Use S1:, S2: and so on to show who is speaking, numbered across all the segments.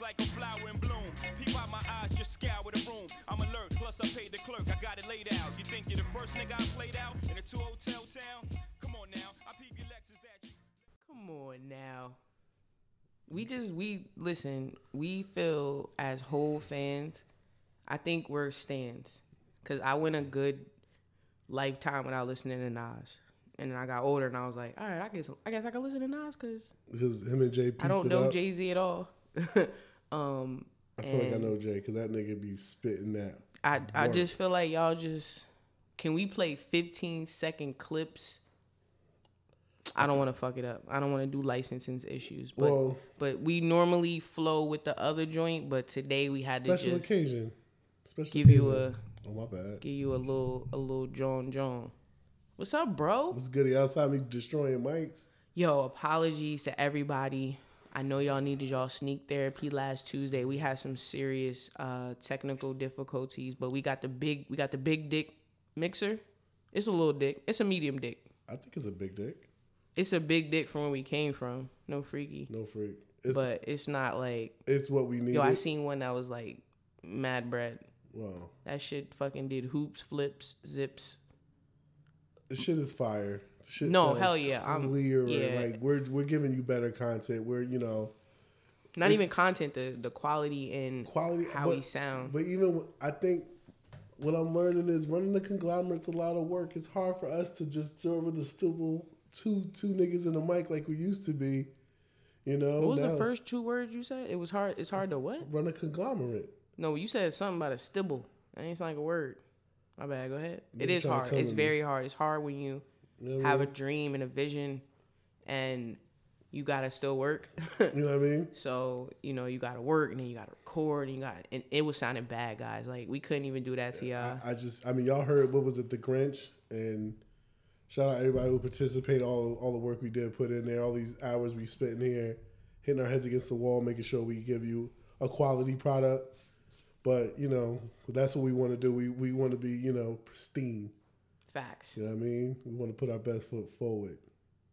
S1: like a flower in bloom. Peep out my eyes, just scour the room. I'm alert, plus I paid the clerk, I got it laid out. You think you're the first nigga I played out in a two hotel town? Come on now, I peep your Lexus at you.
S2: Come on now. We just we listen. We feel as whole fans. I think we're stands because I went a good lifetime without listening to Nas, and then I got older and I was like, all right, I guess I guess I can listen to Nas because
S3: Because him and Jay pieced
S2: I don't know
S3: it up.
S2: Jay Z at all. um,
S3: I feel like I know Jay because that nigga be spitting that.
S2: I I
S3: Word.
S2: just feel like y'all just can we play 15 second clips? I don't want to fuck it up. I don't want to do licensing issues, but
S3: Well-
S2: but we normally flow with the other joint, but today we had to
S3: Special
S2: just
S3: occasion. Special
S2: give you
S3: occasion.
S2: a-
S3: Oh my bad.
S2: give you a little a little John John. What's up, bro?
S3: What's goody outside me destroying mics?
S2: Yo, apologies to everybody. I know y'all needed y'all sneak therapy last Tuesday. We had some serious uh technical difficulties, but we got the big we got the big dick mixer. It's a little dick. It's a medium dick.
S3: I think it's a big dick.
S2: It's a big dick from where we came from. No freaky.
S3: No freak. It's
S2: But it's not like
S3: it's what we need.
S2: yo, I seen one that was like mad bread.
S3: Wow.
S2: That shit fucking did hoops, flips, zips.
S3: This shit is fire. This shit
S2: No,
S3: sounds
S2: hell yeah, I'm-
S3: Clearer.
S2: yeah.
S3: Like we're we're giving you better content. We're you know
S2: Not even content, the the quality and
S3: quality.
S2: how
S3: but,
S2: he sound.
S3: But even when- I think what I'm learning is running the conglomerate's a lot of work. It's hard for us to just throw over the stubble two two niggas in the mic like we used to be. You know.
S2: what was
S3: Now,
S2: the first two words you said? It was hard. It's hard to what?
S3: Run a conglomerate.
S2: No, you said something about a stibble. That ain't sound like a word. My bad. Go ahead. It
S3: you
S2: is
S3: tryna
S2: hard.
S3: come
S2: It's
S3: to me.
S2: very hard. It's hard when you
S3: You know what I
S2: have
S3: mean?
S2: a dream and a vision, and you gotta still work.
S3: You know what I mean?
S2: so you know you gotta work and then you gotta record and you got and it was sounding bad, guys. Like we couldn't even do that to y'all.
S3: I just, I mean, y'all heard what was it, the Grinch, and shout out everybody who participated, all all the work we did put in there, all these hours we spent in here, hitting our heads against the wall, making sure we give you a quality product. But you know, that's what we want to do. We we want to be, you know, pristine.
S2: Facts.
S3: You know what I mean? We want to put our best foot forward.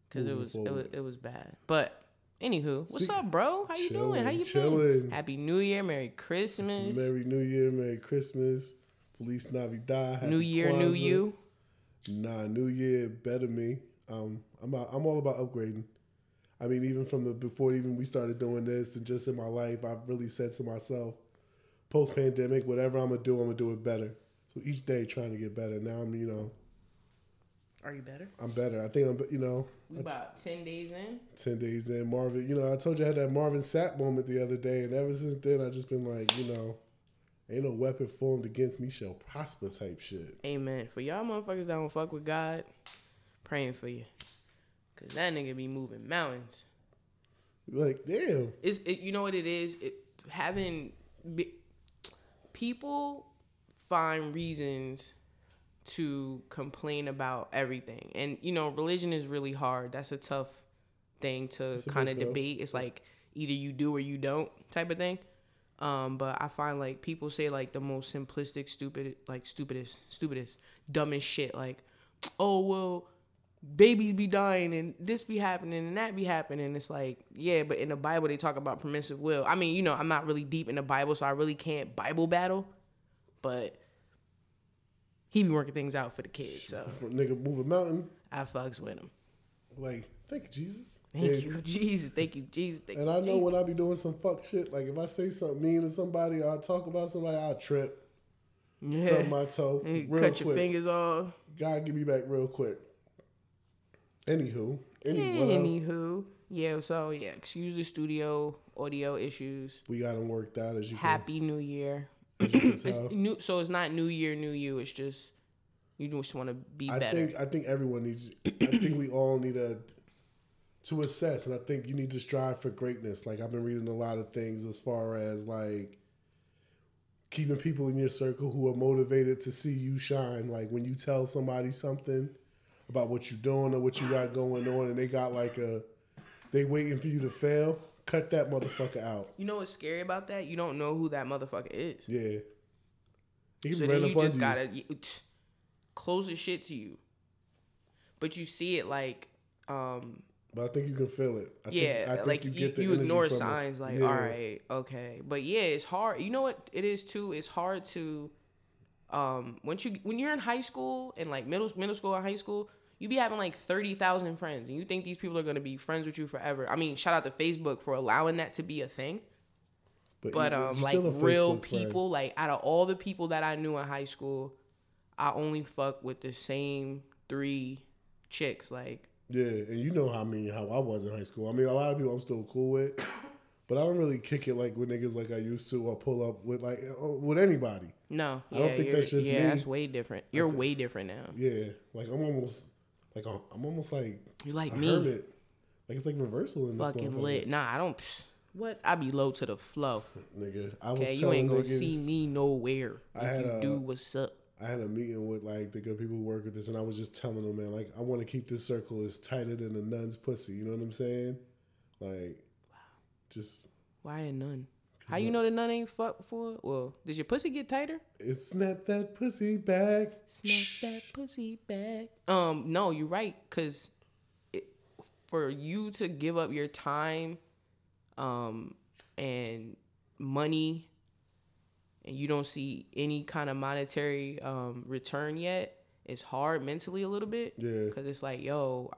S2: because it
S3: moving
S2: was it was
S3: forward.
S2: it was bad. But anywho, what's up, bro? How you doing? How
S3: Chilling,
S2: you
S3: chilling.
S2: feeling? Happy New Year, Merry Christmas,
S3: Merry New Year, Merry Christmas, Feliz Navidad, Happy
S2: New Year, New
S3: Kwanzaa.
S2: You.
S3: Nah, new year, better me. Um, I'm a, I'm all about upgrading. I mean, even from the before even we started doing this, and just in my life, I've really said to myself, post pandemic, whatever I'm gonna do, I'm gonna do it better. So each day, trying to get better. Now I'm, you know,
S2: Are you better?
S3: I'm better. I think I'm, you know,
S2: We about ten days in.
S3: ten days in. Marvin, you know, I told you I had that Marvin Sapp moment the other day, and ever since then, I just been like, you know, ain't no weapon formed against me shall prosper type shit.
S2: Amen. For y'all motherfuckers that don't fuck with God, praying for you, cause that nigga be moving mountains.
S3: Like, damn,
S2: It's it, you know what it is. It having be, people find reasons to complain about everything, and you know religion is really hard. That's a tough thing to
S3: a
S2: kind of
S3: big deal.
S2: debate. It's like either you do or you don't type of thing. Um, but I find like people say like the most simplistic, stupid, like stupidest, stupidest, dumbest shit. Like, oh well, babies be dying and this be happening and that be happening. It's like, yeah, but in the Bible they talk about permissive will. I mean, you know, I'm not really deep in the Bible, so I really can't Bible battle. But he be working things out for the kids, so
S3: for nigga move a mountain.
S2: I fucks with him.
S3: Like, thank you, Jesus.
S2: Thank
S3: And-
S2: you, Jesus. Thank you, Jesus. Thank
S3: And
S2: you,
S3: I know
S2: Jesus.
S3: when I be doing some fuck shit, like if I say something mean to somebody or I talk about somebody, I'll trip,
S2: Yeah.
S3: stub my toe
S2: And you
S3: real
S2: cut your
S3: quick.
S2: fingers off.
S3: God, give me back real quick. Anywho, anyway,
S2: Anywho, yeah. So yeah, excuse the studio audio issues.
S3: we got them worked out as you can,
S2: Happy New Year.
S3: as you can
S2: It's
S3: tell.
S2: new, so it's not New Year, New You. It's just you just want to be
S3: I
S2: better.
S3: think I think everyone needs. I think we all need a to assess, and I think you need to strive for greatness. Like I've been reading a lot of things as far as like keeping people in your circle who are motivated to see you shine. Like when you tell somebody something about what you're doing or what you got going on, and they got like a they waiting for you to fail. Cut that motherfucker out.
S2: you know what's scary about that? You don't know who that motherfucker is.
S3: Yeah. He can
S2: So
S3: run
S2: then you
S3: up on
S2: just gotta you, t- close the shit to you. But you see it like um
S3: But I think you can feel it. I
S2: yeah,
S3: think, I think
S2: like you,
S3: get the
S2: you
S3: energy
S2: ignore
S3: from it.
S2: signs, like
S3: Yeah.
S2: all right, okay, but yeah, it's hard. You know what it is too? It's hard to, um, once you when you're in high school and like middle middle school and high school, you be having like thirty thousand friends, and you think these people are gonna be friends with you forever. I mean, shout out to Facebook for allowing that to be a thing. But
S3: you-
S2: um,
S3: you're
S2: like
S3: still a
S2: real
S3: Facebook friend.
S2: people, like out of all the people that I knew in high school, I only fuck with the same three chicks. Like
S3: Yeah, and you know how I mean how I was in high school. I mean, a lot of people I'm still cool with, but I don't really kick it like with niggas like I used to, or pull up with like uh, with anybody.
S2: no,
S3: I don't
S2: yeah,
S3: think
S2: you're-
S3: that's just
S2: yeah,
S3: me.
S2: that's way different. You're way different now.
S3: Yeah, like I'm almost like I'm I'm almost like
S2: You like
S3: a
S2: me.
S3: hermit. Like it's like reversal in this
S2: Fucking
S3: motherfucker.
S2: lit. Nah, I don't. Psh, what? I be low to the flow.
S3: nigga. I was
S2: Okay, you
S3: telling
S2: ain't gonna
S3: niggas,
S2: see me nowhere. If
S3: had
S2: you
S3: a-
S2: do what's up.
S3: I had a meeting with like the good people who work with this, and I was just telling them, man, like I want to keep this circle as tighter than a nun's pussy. You know what I'm saying? Like, just
S2: Why ain't none? How you know the nun ain't fucked before? Well, did your pussy get tighter?
S3: it snap that pussy back.
S2: Snap that pussy back. Um, no, you're right. Cause it, for you to give up your time, um, and money, and you don't see any kind of monetary um return yet, it's hard mentally a little bit.
S3: Yeah.
S2: Cause it's like, yo,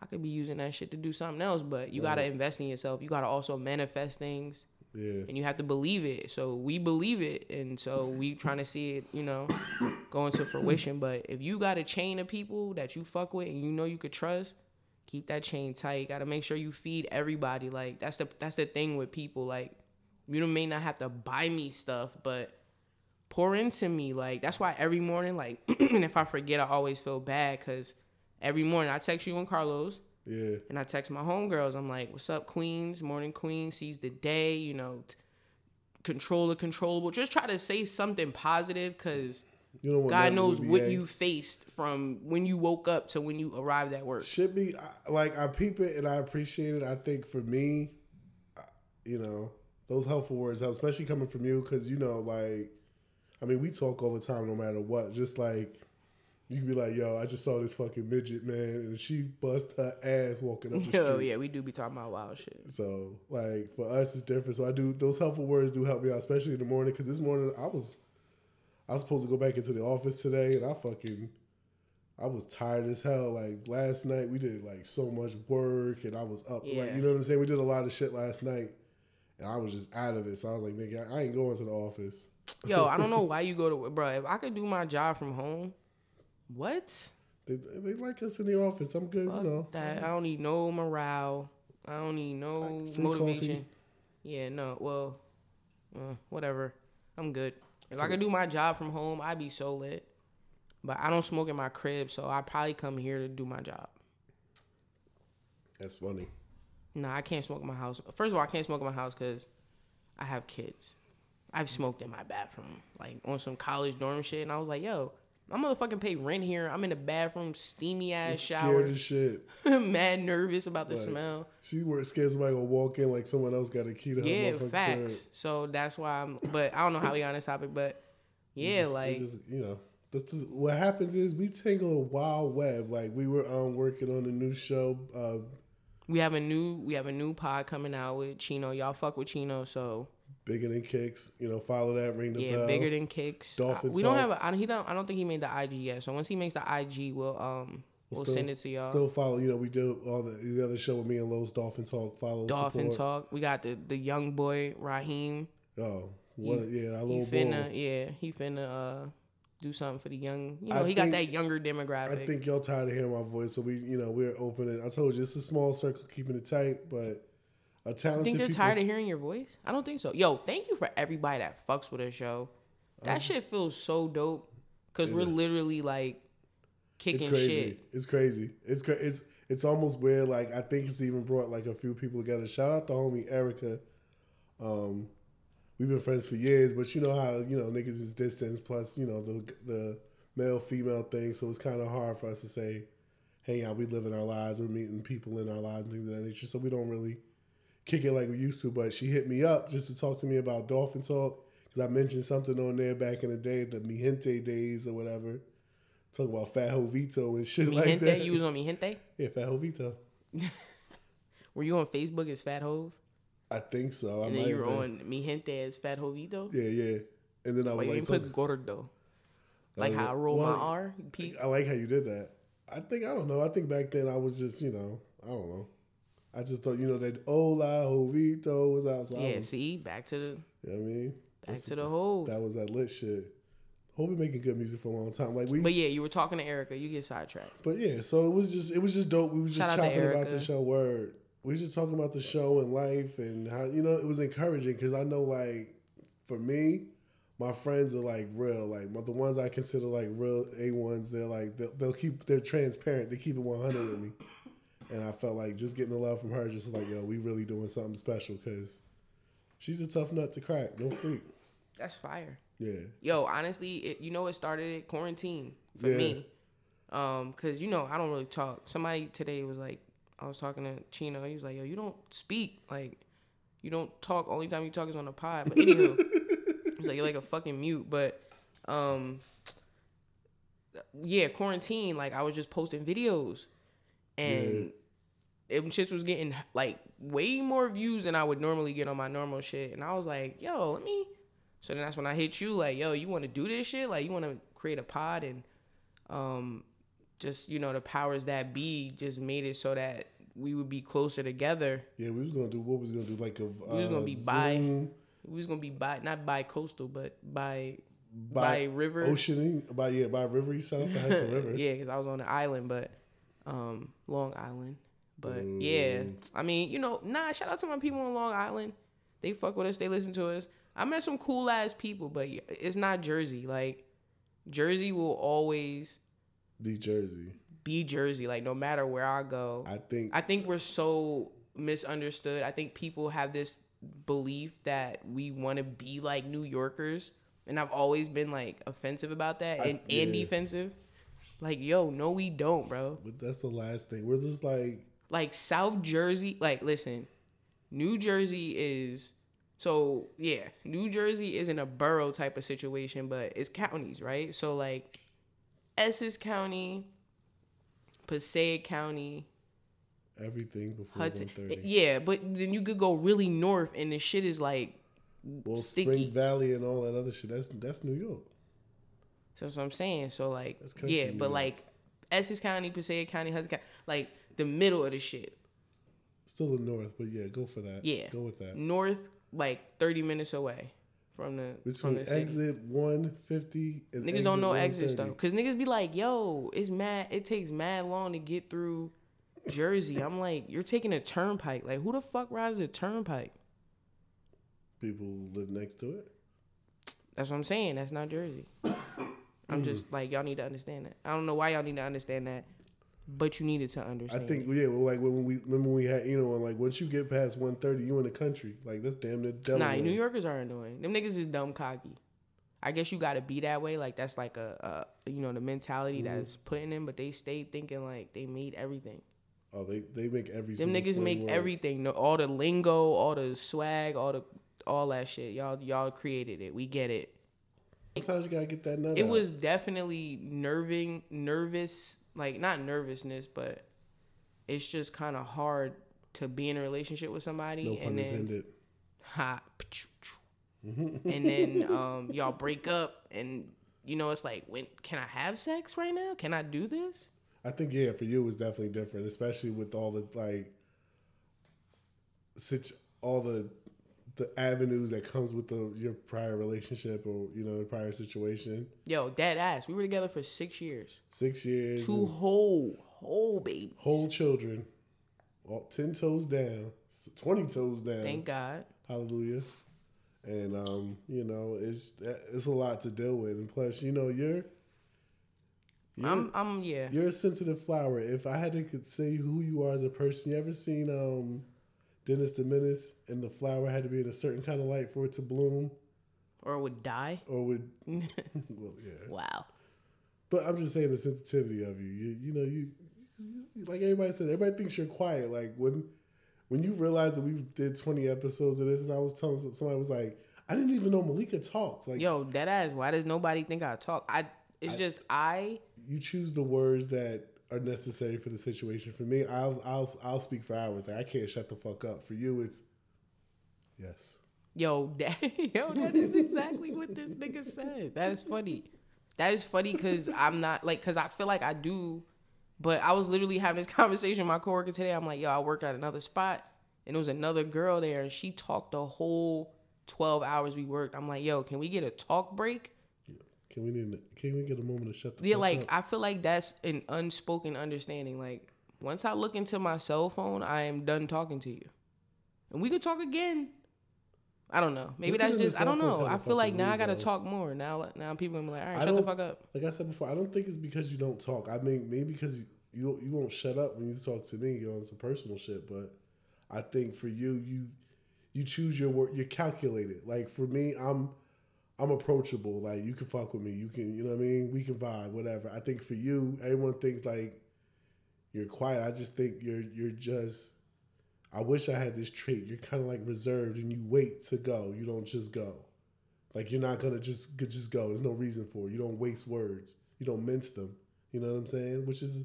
S2: I could be using that shit to do something else, but you gotta invest in yourself. You gotta also manifest things
S3: Yeah,
S2: and you have to believe it. So we believe it, and so we trying to see it, you know, go into fruition. But if you got a chain of people that you fuck with and you know you could trust, keep that chain tight. You gotta make sure you feed everybody. Like that's the that's the thing with people. Like you may not have to buy me stuff, but pour into me. Like that's why every morning, like, and if I forget, I always feel bad because every morning I text you and Carlos.
S3: yeah.
S2: And I text my homegirls. I'm like, "What's up, Queens? Morning Queen sees the day. You know, t- control the controllable. Just try to say something positive, cause
S3: You don't want
S2: God
S3: nothing to
S2: knows
S3: be
S2: what
S3: a-
S2: you faced from when you woke up to when you arrived at work.
S3: should be. I- Like I peep it and I appreciate it. I think for me, I- you know, those helpful words help, especially coming from you, because you know, like, I mean, we talk all the time, no matter what. Just like you can be like, "Yo, I just saw this fucking midget man, and she bust her ass walking up the
S2: Oh
S3: street."
S2: yeah, we do be talking about wild shit.
S3: So like for us, it's different. So I do those helpful words do help me out, especially in the morning. Because this morning I was, I was supposed to go back into the office today, and I fucking, I was tired as hell. Like last night we did like so much work, and I was up. Like
S2: Yeah.
S3: you know what I'm saying? We did a lot of shit last night, and I was just out of it. So I was like, nigga, I ain't going to the office.
S2: Yo, I don't know why you go to work, bro. If I could do my job from home, what?
S3: They, they like us in the office. I'm good, you know.
S2: That I don't need no morale. I don't need no
S3: free
S2: motivation.
S3: coffee.
S2: Yeah, no. Well, uh, whatever. I'm good. If I could do my job from home, I'd be so lit. But I don't smoke in my crib, so I probably come here to do my job.
S3: That's funny.
S2: Nah, I can't smoke in my house. First of all, I can't smoke in my house because I have kids. I've smoked in my bathroom, like on some college dorm shit, and I was like, "Yo, my motherfucking pay rent here. I'm in the bathroom, steamy ass shower,
S3: Scared as shit.
S2: mad nervous about the smell."
S3: She were scared somebody gonna walk in like someone else got a key to her
S2: Yeah,
S3: motherfucking crib.
S2: facts. So that's why I'm. But I don't know how we got on this topic, but yeah,
S3: It's-
S2: like
S3: it's just, you know, that's the, what happens is we tangle a wild web. Like we were um working on a new show. Uh,
S2: we have a new we have a new pod coming out with Chino. Y'all fuck with Chino, so
S3: Bigger than kicks, you know. Follow that, ring the
S2: yeah,
S3: bell.
S2: bigger than kicks.
S3: Dolphin
S2: I- we don't
S3: Talk.
S2: have. A, I don't. He don't. I don't think he made the IG yet. So once he makes the IG, we'll um we'll
S3: Still-
S2: send it to y'all.
S3: Still follow, you know. We do all the, the other show with me and Lowe's Dolphin Talk. Follow
S2: Dolphin
S3: support.
S2: talk. We got the the young boy Raheem.
S3: Oh, what? a- yeah, our
S2: He
S3: little
S2: finna
S3: boy.
S2: yeah. He finna uh do something for the young. You know he got
S3: think-
S2: that younger
S3: I
S2: demographic.
S3: think y'all tired of hearing my voice, so we, you know, we're opening. I told you it's a small circle, keeping it tight, but a talented.
S2: You think they're
S3: people,
S2: tired of hearing your voice? I don't think so. Yo, thank you for everybody that fucks with our show.
S3: Uh-huh.
S2: That shit feels so dope because we're literally like
S3: It's
S2: kicking
S3: crazy.
S2: shit.
S3: It's crazy. It's cra- it's it's almost weird. Like I think it's even brought like a few people together. Shout out to homie Erica. Um, we've been friends for years, but you know how you know niggas is distance plus you know the the male female thing. So it's kind of hard for us to say, hang out. We living our lives. We're meeting people in our lives and things of that nature. So we don't really kick it like we used to. But she hit me up just to talk to me about dolphin talk. Cause I mentioned something on there back in the day, the Mi Gente days or whatever. Talk about Fat Jovito and shit
S2: Mi
S3: like
S2: gente,
S3: that.
S2: you was on mi gente.
S3: Yeah, Fat Jovito.
S2: Were you on Facebook as Fat Hove?
S3: I think so. I
S2: And then
S3: might
S2: you were
S3: have been.
S2: on Mi Gente as Fat Jovito?
S3: Yeah, yeah. And then I was
S2: Wait, you
S3: like,
S2: didn't put
S3: talking,
S2: Gordo. Like
S3: don't
S2: how I
S3: know.
S2: roll my
S3: Well,
S2: R? P?
S3: I like how you did that. I think I don't know. I think back then I was just you know I don't know. I just thought you know that Ola Jovito was out. So I
S2: Yeah,
S3: was,
S2: see? Back to the
S3: you know what I mean,
S2: back to the hove.
S3: that was that lit shit. Hope been making good music for a long time. Like we,
S2: But
S3: but,
S2: yeah, you were talking to Erica. You get sidetracked.
S3: yeah. So it was just it was just dope. We was just
S2: Shout out to
S3: chopping about
S2: Erica.
S3: the show. Word. We was just talking about the show and life and how you know it was encouraging because I know like for me, my friends are like real. Like my, the ones I consider like real A ones. They're like they'll, they'll keep they're transparent. They keep it one hundred with me. And I felt like just getting the love from her, just like yo, we really doing something special because she's a tough nut to crack. No freak.
S2: That's fire.
S3: Yeah.
S2: Yo, honestly, it, you know what started it? Quarantine for
S3: Yeah.
S2: me. Um, cause you know I don't really talk. Somebody today was like, I was talking to Chino. He was like, Yo, you don't speak. Like, you don't talk. Only time you talk is on the pod. But anywho, he's like, You're like a fucking mute. But, um, yeah, quarantine. Like I was just posting videos, and it shit was getting like way more views than I would normally get on my normal shit. And I was like, Yo, let me so then that's when I hit you, like, yo, you want to do this shit? Like, you want to create a pod and, um, just you know, the powers that be just made it so that we would be closer together.
S3: Yeah, we was gonna do what we was gonna do like a uh,
S2: We was gonna be bi-
S3: Zoom,
S2: We was gonna be by, not by coastal, but by,
S3: bi-
S2: by river.
S3: oceaning by yeah by river. You shout out the Hudson River.
S2: Yeah, because I was on the island, but, um, Long Island. But
S3: Mm.
S2: yeah, I mean, you know, nah. Shout out to my people on Long Island. They fuck with us. They listen to us. I met some cool ass people, but it's not Jersey. Like, Jersey will always
S3: New Jersey.
S2: be Jersey. Like no matter where I go,
S3: I think
S2: I think we're so misunderstood. I think people have this belief that we want to be like New Yorkers, and I've always been like offensive about that and, and
S3: yeah.
S2: defensive. Like yo, no, we don't, bro.
S3: but that's the last thing. We're just like
S2: Like South Jersey, like listen, New Jersey is. So yeah, New Jersey isn't a borough type of situation, but it's counties, right? So like Essex County, Passaic County,
S3: everything before one
S2: Hudson.
S3: thirty.
S2: eh, Yeah, but then you could go really north, and the shit is like.
S3: Well,
S2: sticky.
S3: Spring Valley and all that other shit. That's that's New York.
S2: So that's what I'm saying. So like,
S3: That's country,
S2: yeah, but
S3: nigga.
S2: like, Essex County, Passaic County, Hudson County, like the middle of the shit.
S3: Still the North, but yeah, go for that.
S2: Yeah,
S3: go with that.
S2: North, like 30 minutes away from the from
S3: Between
S2: the city.
S3: exit one fifty and
S2: Niggas
S3: exit
S2: don't know exits though,
S3: 130.
S2: cause niggas be like, "Yo, it's mad. It takes mad long to get through Jersey." I'm like, "You're taking a turnpike. Like, who the fuck rides a turnpike?"
S3: People live next to it.
S2: That's what I'm saying. That's not Jersey. I'm
S3: Mm.
S2: just like y'all need to understand that. I don't know why y'all need to understand that, but you needed to
S3: I
S2: understand.
S3: think yeah, well, like when we remember when we had you know, and like once you get past one thirty, you in the country. Like that's damn near
S2: it.
S3: Delaware.
S2: nah, New Yorkers are annoying. Them niggas is dumb cocky. I guess you gotta be that way. Like that's like a, a you know the mentality
S3: Mm-hmm.
S2: that's put in them. But they stay thinking like they made everything.
S3: Oh, they they make every.
S2: Them
S3: single
S2: niggas
S3: slang
S2: make
S3: word.
S2: everything. No, all the lingo, all the swag, all the all that shit. Y'all y'all created it. We get it.
S3: Sometimes you gotta get that nut.
S2: it
S3: out.
S2: was definitely nerving nervous like not nervousness but it's just kind of hard to be in a relationship with somebody
S3: no
S2: and
S3: pun
S2: then
S3: intended.
S2: ha, pachoo, choo. and then um, y'all break up and you know it's like when can i have sex right now can i do this
S3: I think yeah, for you it was definitely different, especially with all the like, such all the the avenues that comes with the your prior relationship or you know prior situation.
S2: yo dead ass we were together for six years
S3: Six years,
S2: two whole whole babies
S3: whole children, all ten toes down, s- twenty toes down.
S2: thank god
S3: Hallelujah. And um, you know, it's it's a lot to deal with, and plus, you know, you're
S2: i'm i'm yeah
S3: You're a sensitive flower. If I had to could say who you are as a person, you ever seen um Dennis the Menace and the flower had to be in a certain kind of light for it to bloom?
S2: or would die
S3: Or would well yeah.
S2: wow
S3: But I'm just saying the sensitivity of you. You you know, you, you like everybody says, everybody thinks you're quiet. Like when when you realize that we did twenty episodes of this and I was telling some- somebody was like, I didn't even know Malika talked. Like
S2: yo dead ass why does nobody think i talk i it's just i
S3: you choose the words that are necessary for the situation. For me, I'll I'll I'll speak for hours. Like, I can't shut the fuck up. For you, it's yes.
S2: Yo, that, yo, that is exactly what this nigga said. That is funny. That is funny because I'm not like because I feel like I do, but I was literally having this conversation with my coworker today. I'm like, yo, I work at another spot, and there was another girl there, and she talked the whole twelve hours we worked. I'm like, yo, can we get a talk break?
S3: Can we need can we get a moment to shut the
S2: Yeah,
S3: fuck
S2: like
S3: up?
S2: I feel like that's an unspoken understanding. Like once I look into my cell phone, I am done talking to you, and we could talk again. I don't know. Maybe
S3: Looking
S2: that's
S3: at the
S2: just I
S3: cell
S2: don't
S3: phone's
S2: know.
S3: kinda
S2: I feel like
S3: fucking
S2: now I
S3: weird,
S2: gotta
S3: though.
S2: talk more. Now now people gonna be like, all right,
S3: I
S2: shut the
S3: don't-
S2: fuck up.
S3: Like I said before, I don't think it's because you don't talk. I mean, maybe because you you won't shut up when you talk to me on some personal shit. But I think for you, you you choose your word. You're calculated. Like for me, I'm I'm approachable. Like you can fuck with me. You can you know what I mean. We can vibe. Whatever. I think for you, everyone thinks like you're quiet. I just think you're you're just. I wish I had this trait. You're kind of like reserved, and you wait to go. You don't just go. Like you're not gonna just could just go. There's no reason for it. You don't waste words. You don't mince them. You know what I'm saying? Which is,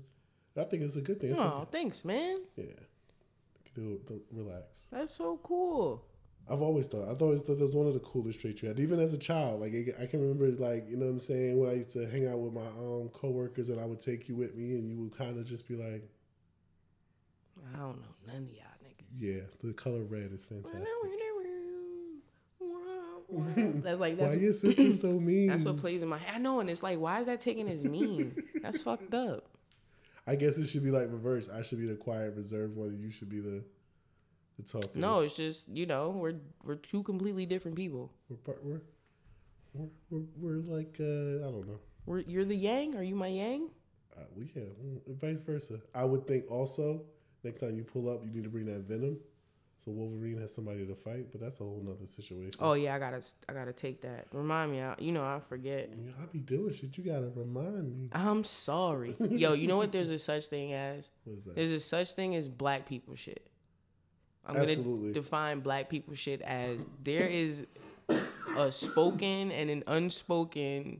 S3: I think it's a good thing. It's
S2: Oh,
S3: something-
S2: thanks, man.
S3: yeah. Dude, don't relax.
S2: That's so cool.
S3: I've always thought. I've always thought that was one of the coolest traits you had. Even as a child, like I- I can remember, like you know what I'm saying. When I used to hang out with my um coworkers, and I would take you with me, and you would kind of just be like,
S2: I don't know none of y'all niggas.
S3: "Yeah, the color red is fantastic."
S2: That's like
S3: Why
S2: that's,
S3: your sister so mean?
S2: that's what plays in my head. I know, and it's like, why is that taken as mean? That's fucked up.
S3: I guess it should be like reverse. I should be the quiet, reserved one, and you should be the the talking.
S2: No, it's just you know we're we're two completely different people.
S3: We're part, we're, we're we're we're like uh, I don't know.
S2: We're, you're the yang. Are you my yang?
S3: Uh, we yeah, mm, and vice versa. I would think also next time you pull up, you need to bring that venom. So Wolverine has somebody to fight, but that's a whole nother situation.
S2: Oh yeah, I gotta I gotta take that. Remind me, I, you know I forget.
S3: You know, I be doing shit. You gotta remind me.
S2: I'm sorry. Yo, you know what? There's a such thing as
S3: What is that?
S2: there's a such thing as black people shit. I'm gonna
S3: Absolutely.
S2: define black people shit as there is a spoken and an unspoken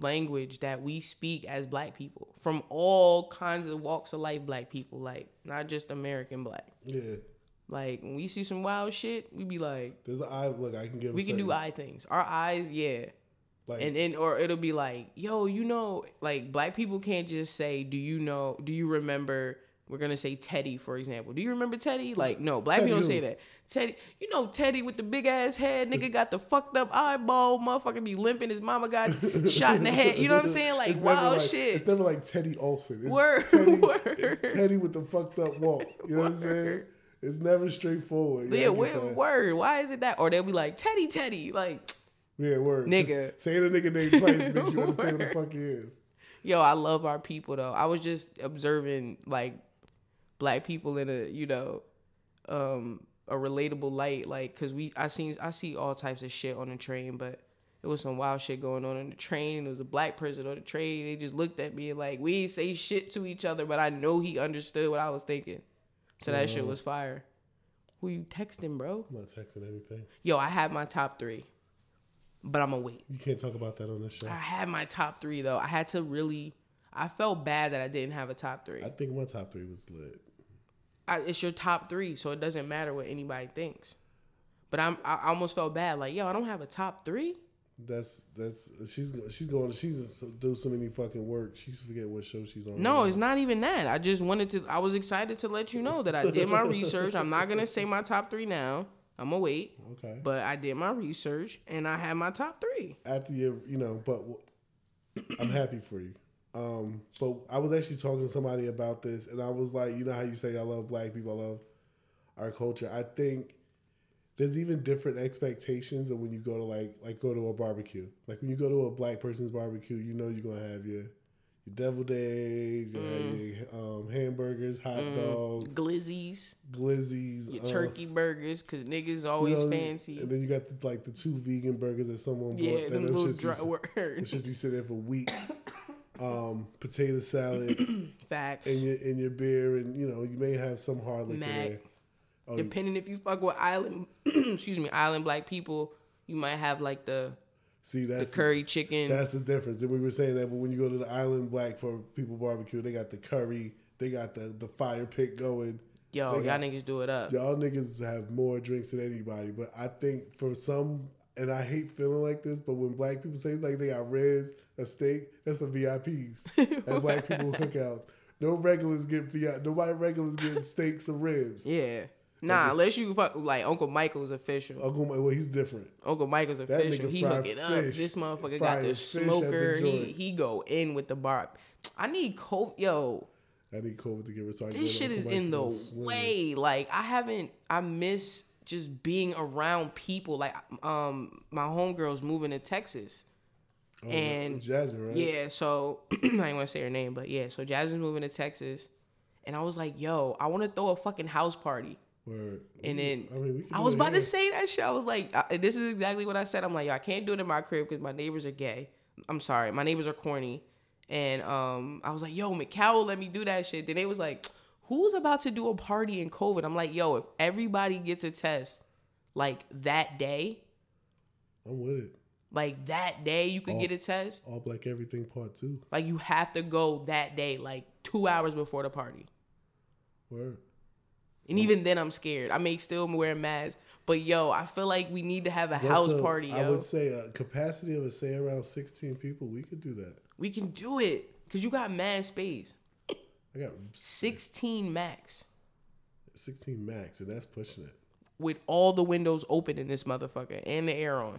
S2: language that we speak as black people from all kinds of walks of life. Black people, like not just American black.
S3: Yeah,
S2: Like when we see some wild shit, we be like,
S3: there's an eye look. I can give.
S2: we can do eye things. Our eyes, yeah.
S3: Like,
S2: And then or it'll be like, yo, you know, like black people can't just say, Do you know do you remember we're gonna say Teddy, for example. Do you remember Teddy? Like, no, black
S3: Teddy
S2: people don't
S3: who?
S2: say that. Teddy, you know Teddy with the big ass head, nigga got the fucked up eyeball, motherfucker be limping, his mama got shot in the head. You know what I'm saying? Like
S3: It's never
S2: wild
S3: like-
S2: shit.
S3: It's never like Teddy Olsen. It's
S2: Word,
S3: Teddy,
S2: word.
S3: It's Teddy with the fucked up walk. You know what I'm saying?
S2: Word.
S3: It's never straightforward.
S2: yeah,
S3: I get
S2: where,
S3: that.
S2: word. Why is it that? Or they'll be like, Teddy, Teddy. Like,
S3: Yeah, word.
S2: Nigga.
S3: Just say the nigga name twice, makes you understand what the fuck he is.
S2: Yo, I love our people though. I was just observing like black people in a you know um a relatable light like cuz we I seen I see all types of shit on the train but it was some wild shit going on on the train. It was a black person on the train. They just looked at me like we ain't say shit to each other, but I know he understood what I was thinking. So that shit was fire. Who you texting, bro?
S3: I'm not texting anything.
S2: Yo, I have my top three, but I'ma wait.
S3: You can't talk about that on this show.
S2: I had my top three though. I had to really. I felt bad that I didn't have a top three.
S3: I think my top three was lit.
S2: I, it's your top three, so it doesn't matter what anybody thinks. But I'm. I I almost felt bad. Like, yo, I don't have a top three.
S3: That's that's she's she's going she's so- do so many fucking work. She's forget what show she's on.
S2: No,
S3: right
S2: it's not even that. I just wanted to. I was excited to let you know that I did my research. I'm not gonna say my top three now. I'm gonna wait.
S3: now. okay.
S2: But I did my research and I had my top three.
S3: after you, you know, but w- I'm happy for you. Um, but I was actually talking to somebody about this, and I was like, you know how you say I love black people, I love our culture. I think there's even different expectations of when you go to like like go to a barbecue. Like when you go to a black person's barbecue, you know you're gonna have your your deviled egg, you're gonna have
S2: Mm.
S3: your um, hamburgers, hot dogs,
S2: Glizzies,
S3: glizzies,
S2: Mm. your
S3: uh,
S2: turkey burgers, cause niggas
S3: you
S2: always
S3: know,
S2: fancy.
S3: And then you got the, like the two vegan burgers that someone bought.
S2: Yeah,
S3: that
S2: them
S3: them
S2: little
S3: shits be
S2: dry
S3: so- It
S2: words.
S3: should be sitting there for weeks. Um, potato salad and
S2: Facts.
S3: your and your beer, and you know you may have some hard liquor
S2: Mac.
S3: there. Oh,
S2: depending if you fuck with island excuse me island black people you might have like the
S3: See, that's
S2: the curry chicken.
S3: That's the difference. Then we were saying that, but when you go to the island black for people barbecue, they got the curry, they got the the fire pit going.
S2: Yo,
S3: they
S2: y'all
S3: got-
S2: niggas do it up.
S3: Y'all niggas have more drinks than anybody, but I think for some, and I hate feeling like this, but when black people say like they got ribs, a steak, that's for VIPs at black people cookouts. No regulars get VIP. Nobody regulars get steaks or ribs.
S2: Yeah. Nah, unless you fuck like Uncle Michael's official.
S3: Uncle, Ma- well, he's different.
S2: Uncle Michael's
S3: Oh, nigga
S2: official. He hook
S3: fried
S2: it up.
S3: fish.
S2: This motherfucker
S3: Fried
S2: got the
S3: fish at the
S2: smoker.
S3: joint.
S2: he he go in with the barb. I need coke. Yo,
S3: I need COVID to give her. So I can go
S2: this
S3: to
S2: shit is
S3: Uncle Mike's
S2: in
S3: and go
S2: the
S3: swing.
S2: way. Like I haven't. I miss just being around people. Like um, my homegirl's moving to Texas.
S3: Oh,
S2: and-
S3: Jasmine, right?
S2: Yeah, so I ain't gonna say her name, but yeah, so Jasmine's moving to Texas, and I was like, yo, I want to throw a fucking house party.
S3: Word.
S2: And then I,
S3: I mean, we can do
S2: was
S3: it
S2: about
S3: here.
S2: to say that shit. I was like, I, this is exactly what I said. I'm like, yo, I can't do it in my crib because my neighbors are gay. I'm sorry, my neighbors are corny. And um, I was like, yo, McCowell, let me do that shit. Then they was like, who's about to do a party in COVID? I'm like, yo, if everybody gets a test like that day,
S3: I'm with it.
S2: like that day, you
S3: Oh,
S2: could get a test.
S3: All black everything part two.
S2: Like you have to go that day, like two hours before the party.
S3: Word.
S2: And even then, I'm scared. I may still wear a mask, but yo, I feel like we need to have a
S3: What's
S2: house
S3: a-
S2: party. Yo,
S3: I would say a capacity of a say around 16 people. We could do that.
S2: we can do it because you got mad space.
S3: I got
S2: 16 max
S3: 16 max, and that's pushing it.
S2: with all the windows open in this motherfucker and the air on.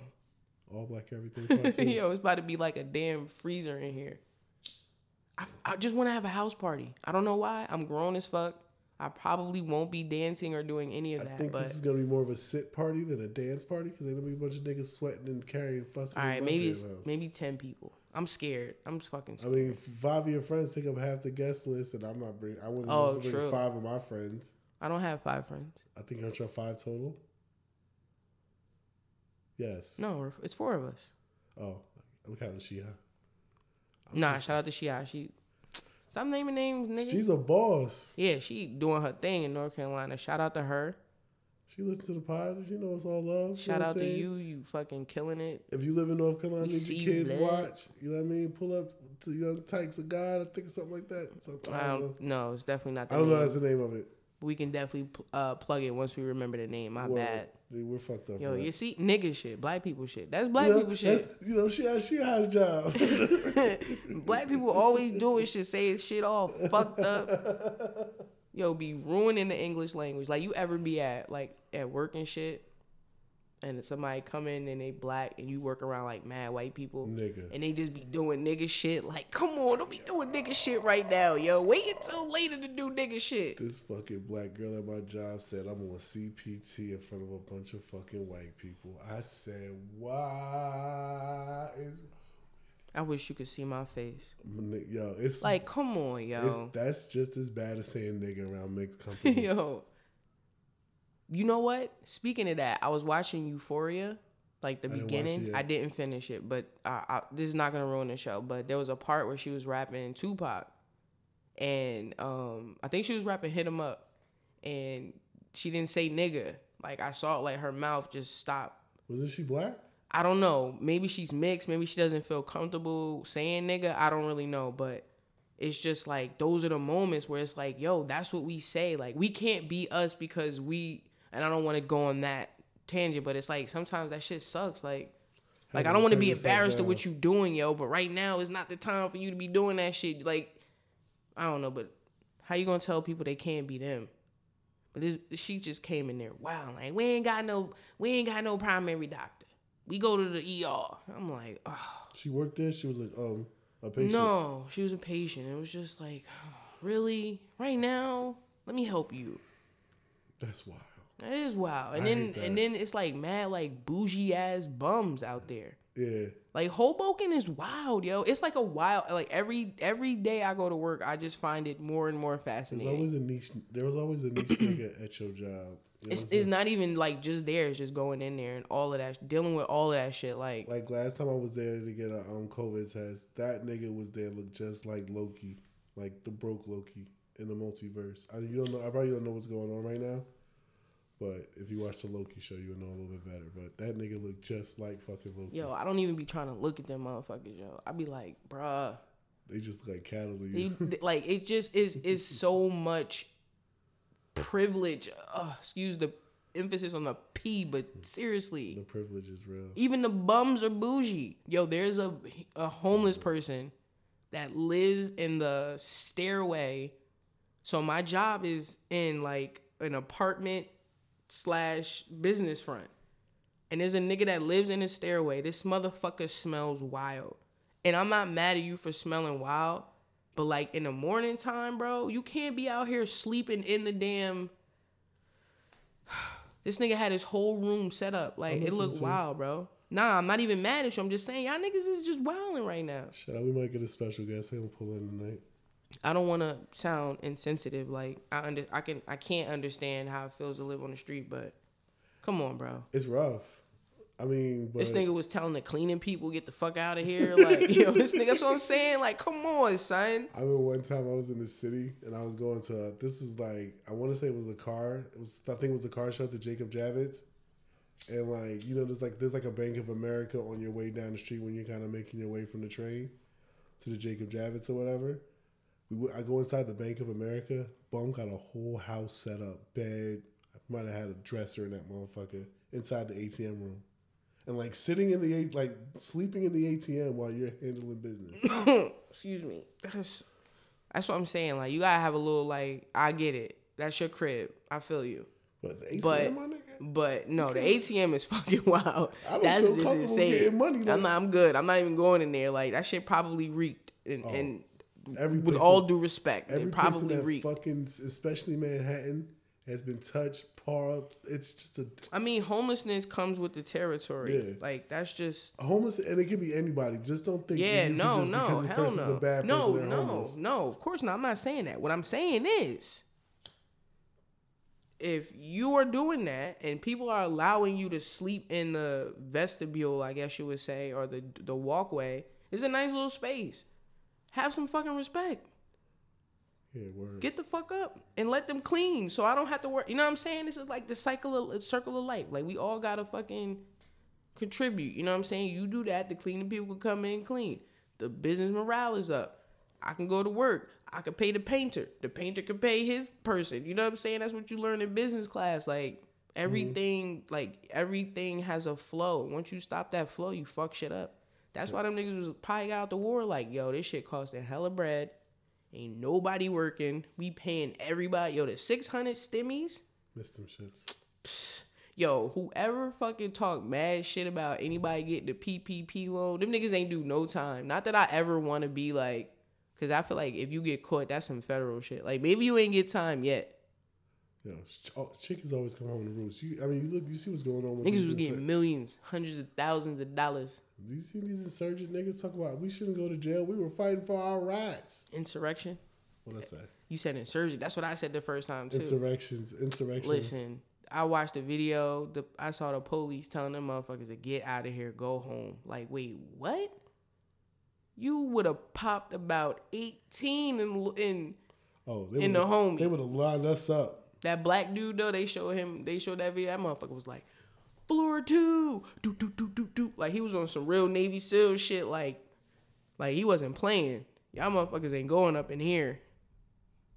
S3: All black everything part two.
S2: yo, it's about to be like a damn freezer in here. I, I just want to have a house party. I don't know why. I'm grown as fuck. I probably won't be dancing or doing any of
S3: I
S2: that.
S3: think
S2: but
S3: this is gonna be more of a sit party than a dance party because there's gonna be a bunch of niggas sweating and carrying fussing.
S2: All
S3: in
S2: right,
S3: my
S2: maybe
S3: damn
S2: it's,
S3: house.
S2: maybe ten people. I'm scared. I'm fucking.
S3: I
S2: Scared.
S3: mean, five of your friends take up half the guest list, and I'm not bring. I wouldn't
S2: Oh,
S3: want to
S2: true.
S3: bring five of my friends.
S2: I don't have five friends.
S3: I think aren't you five total? Yes.
S2: No, we're- it's four of us.
S3: Oh, I'm counting Shia.
S2: nah, shout out to Shia. She stop naming names, nigga.
S3: She's a boss.
S2: yeah, she doing her thing in North Carolina. Shout out to her.
S3: She listens to the pod. She knows all love. You
S2: Shout
S3: know what
S2: out
S3: I'm
S2: to
S3: saying?
S2: you. You fucking killing it.
S3: If you live in North Carolina,
S2: We
S3: need
S2: see you,
S3: your kids
S2: blood.
S3: watch. You know what I mean? Pull up to Young Tykes of God. I think something like that. Something,
S2: I
S3: I don't know.
S2: don't know. It's definitely not. The
S3: I don't know
S2: name.
S3: that's the name of it.
S2: We can definitely pl- uh, plug it once we remember the name. My
S3: Well,
S2: bad.
S3: dude, we're fucked up.
S2: Yo,
S3: for that.
S2: you see, nigga shit, black people shit. That's black
S3: you know,
S2: people shit.
S3: that's- You know, she has she has job.
S2: Black people always doing shit, saying shit all fucked up. Yo, be ruining the English language. Like you ever be at like at work and shit, and somebody come in and they black and you work around like mad white people,
S3: Nigga.
S2: and they just be doing nigga shit. Like, come on, don't be doing nigga shit right now, yo. Wait until later to do nigga shit.
S3: this fucking black girl at my job said I'm on CPT in front of a bunch of fucking white people. I said, why is
S2: I wish you could see my face.
S3: yo? It's
S2: Like, come on,
S3: it's,
S2: yo,
S3: that's just as bad as saying nigga around mixed company.
S2: yo. You know what? Speaking of that, I was watching Euphoria, like the
S3: didn't watch it
S2: beginning.
S3: yet.
S2: I didn't finish it, but uh, I, this is not gonna ruin the show. But there was a part where she was rapping Tupac, and um, I think she was rapping "Hit 'Em Up," and she didn't say "nigga." Like I saw, it, like her mouth just stopped.
S3: Wasn't she black?
S2: I don't know. Maybe she's mixed. Maybe she doesn't feel comfortable saying nigga. I don't really know. But it's just like those are the moments where it's like, yo, that's what we say. Like we can't be us because we. And I don't want to go on that tangent, but it's like sometimes that shit sucks. Like, like I
S3: to
S2: don't want to
S3: turn
S2: be
S3: yourself
S2: embarrassed of
S3: down.
S2: what you doing, yo. But right now is not the time for you to be doing that shit. Like, I don't know, but how you gonna tell people they can't be them? But this she just came in there. Wow, like we ain't got no we ain't got no primary doctor. We go to the ER. I'm like, oh,
S3: She worked there. She was like, um, a patient.
S2: no, she was a patient. It was just like, really, right now, let me help you.
S3: That's wild.
S2: That is wild. And
S3: I
S2: then
S3: hate
S2: and
S3: that.
S2: then it's like mad like bougie ass bums out there.
S3: Yeah.
S2: Like Hoboken is wild, yo. It's like a wild like every every day I go to work, I just find it more and more
S3: There's
S2: fascinating.
S3: always a niche. There was always a niche nigga at your job. You know
S2: It's,
S3: what I'm
S2: it's not even like just there. It's just going in there and all of that, dealing with all of that shit. Like,
S3: Like last time I was there to get a um COVID test, that nigga was there looked just like Loki, like the broke Loki in the multiverse. I, you don't know. I probably don't know what's going on right now, But if you watch the Loki show, you'll know a little bit better. But that nigga looked just like fucking Loki.
S2: Yo, I don't even be trying to look at them motherfuckers, yo. I be like, bruh.
S3: They just look like cattle to
S2: They-
S3: you.
S2: th- like it just is is so much privilege. Ugh, excuse the emphasis on the P, but
S3: the
S2: seriously,
S3: privilege is real.
S2: even the bums are bougie. Yo, there's a a homeless person that lives in the stairway. So my job is in like an apartment slash business front. And there's a nigga that lives in the stairway. This motherfucker smells wild. And I'm not mad at you for smelling wild, but like in the morning time, bro, you can't be out here sleeping in the damn. This nigga had his whole room set up. Like it
S3: listening
S2: looked
S3: to you.
S2: wild, bro. Nah, I'm not even mad at you. I'm just saying y'all niggas is just wilding right now.
S3: Shut up. We might get a special guest. They gonna pull in tonight.
S2: I don't want to sound insensitive. Like I under, I can, I can't understand how it feels to live on the street. But come on, bro.
S3: It's rough. I mean, but
S2: This nigga was telling the cleaning people get the fuck out of here. Like yo, this nigga. That's what I'm saying. Like come on, son.
S3: I remember one time I was in the city and I was going to this is like I want to say it was a car. It was I think it was a car show to Jacob Javits, and like you know there's like there's like a Bank of America on your way down the street when you're kind of making your way from the train to the Jacob Javits or whatever. We went- I go inside the Bank of America. Bum got a whole house set up, bed. I might have had a dresser in that motherfucker inside the ATM room. And like sitting in the A- like sleeping in the ATM while you're handling business.
S2: Excuse me. That's that's what I'm saying. Like you gotta have a little like. I get it. That's your crib. I feel you.
S3: But the ATM,
S2: But-
S3: my nigga.
S2: But no, the ATM is fucking wild.
S3: I don't
S2: That's
S3: feel
S2: just
S3: comfortable
S2: insane.
S3: getting money, like-
S2: I'm not. I'm good. I'm not even going in there. Like that shit probably reeked.
S3: Oh.
S2: And, and
S3: Every
S2: with
S3: place
S2: all
S3: in-
S2: due respect,
S3: every
S2: it
S3: place
S2: probably
S3: in that
S2: reeked.
S3: fucking, especially Manhattan, has been touched, parled. It's just a
S2: I mean, homelessness comes with the territory.
S3: Yeah.
S2: Like that's just
S3: a homeless, and it could be anybody. Just don't think.
S2: yeah,
S3: you could
S2: no,
S3: just
S2: no,
S3: because this
S2: hell
S3: person's
S2: no,
S3: a bad
S2: no,
S3: person, they're
S2: no,
S3: homeless.
S2: no. Of course not. I'm not saying that. What I'm saying is, if you are doing that and people are allowing you to sleep in the vestibule, I guess you would say, or the the walkway, it's a nice little space. Have some fucking respect.
S3: Yeah, word.
S2: Get the fuck up and let them clean, so I don't have to work. You know what I'm saying? This is like the cycle of circle of life. Like we all gotta fucking contribute. You know what I'm saying? You do that, the cleaning people can come in and clean. The business morale is up. I can go to work. I can pay the painter. The painter can pay his person. You know what I'm saying? That's what you learn in business class. Like everything, like everything has a flow. Once you stop that flow, you fuck shit up. That's why them niggas was probably got out the war like, yo, this shit costing hella bread. Ain't nobody working. We paying everybody. Yo, the 600 stimmies
S3: Missed them shits.
S2: yo, whoever fucking talk mad shit about anybody getting the PPP loan, them niggas ain't do no time. Not that I ever want to be like, cause I feel like if you get caught, that's some federal shit. Like maybe you ain't get time yet.
S3: Yo, ch- oh, chickens always come home to roost. You, I mean, you look, you see what's going on with
S2: Niggas
S3: these
S2: was
S3: insur-
S2: getting millions, hundreds of thousands of dollars.
S3: Do you see these insurgent niggas talk about we shouldn't go to jail? We were fighting for our rights.
S2: Insurrection.
S3: What I say?
S2: You said insurgent. That's what I said the first time too.
S3: Insurrections, insurrections.
S2: Listen, I watched the video. The I saw the police telling them motherfuckers to get out of here, go home. Like, wait, what? You would have popped about eighteen in in
S3: oh, they
S2: in
S3: would've-
S2: the homie.
S3: They would have lined us up.
S2: that black dude though. They showed him. They showed that video. That motherfucker was like, floor two, do do do do do. Like he was on some real Navy SEAL shit. Like, like he wasn't playing. Y'all motherfuckers ain't going up in here.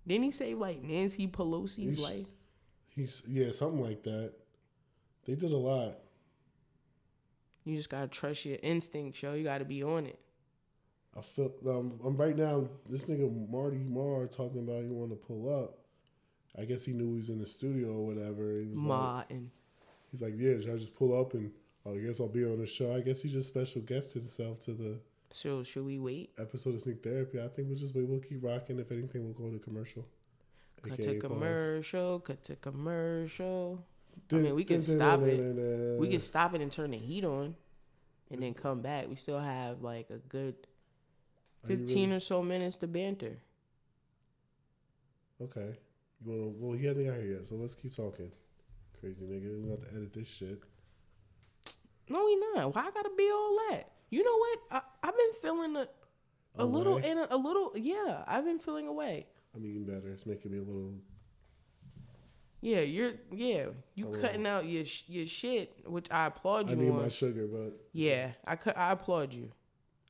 S2: Didn't he save like Nancy Pelosi's
S3: He's-
S2: life?
S3: He's yeah, something like that. They did a lot.
S2: You just gotta trust your instincts, yo. You gotta be on it.
S3: I feel um, I'm right now. This nigga Marty Marr talking about he wanted to pull up. I guess he knew he was in the studio or whatever. He was like,
S2: Ma and
S3: he's like, yeah, should I just pull up and oh, I guess I'll be on the show. I guess he just special guested himself to the
S2: so should we wait?
S3: episode of Sneak Therapy. I think we'll just wait. We'll keep rocking. If anything, we'll go to commercial.
S2: Cut
S3: AKA
S2: to
S3: pause.
S2: commercial, cut to commercial. I mean we can stop it. We can stop it and turn the heat on and then come back. We still have like a good
S3: Are you
S2: fifteen
S3: really-
S2: or so minutes to banter.
S3: Okay. You wanna? Well, he hasn't got here yet, so let's keep talking. Crazy nigga, we have to edit this shit.
S2: No, we not. Why I gotta be all that? You know what? I, I've been feeling a a little
S3: Away?
S2: in a, a little yeah, I've been feeling away.
S3: I'm eating better. It's making me a little
S2: Yeah, you're yeah, you cutting out your sh- your shit, which I applaud
S3: I
S2: you
S3: need
S2: on.
S3: my sugar, but
S2: yeah, I cu- I applaud you.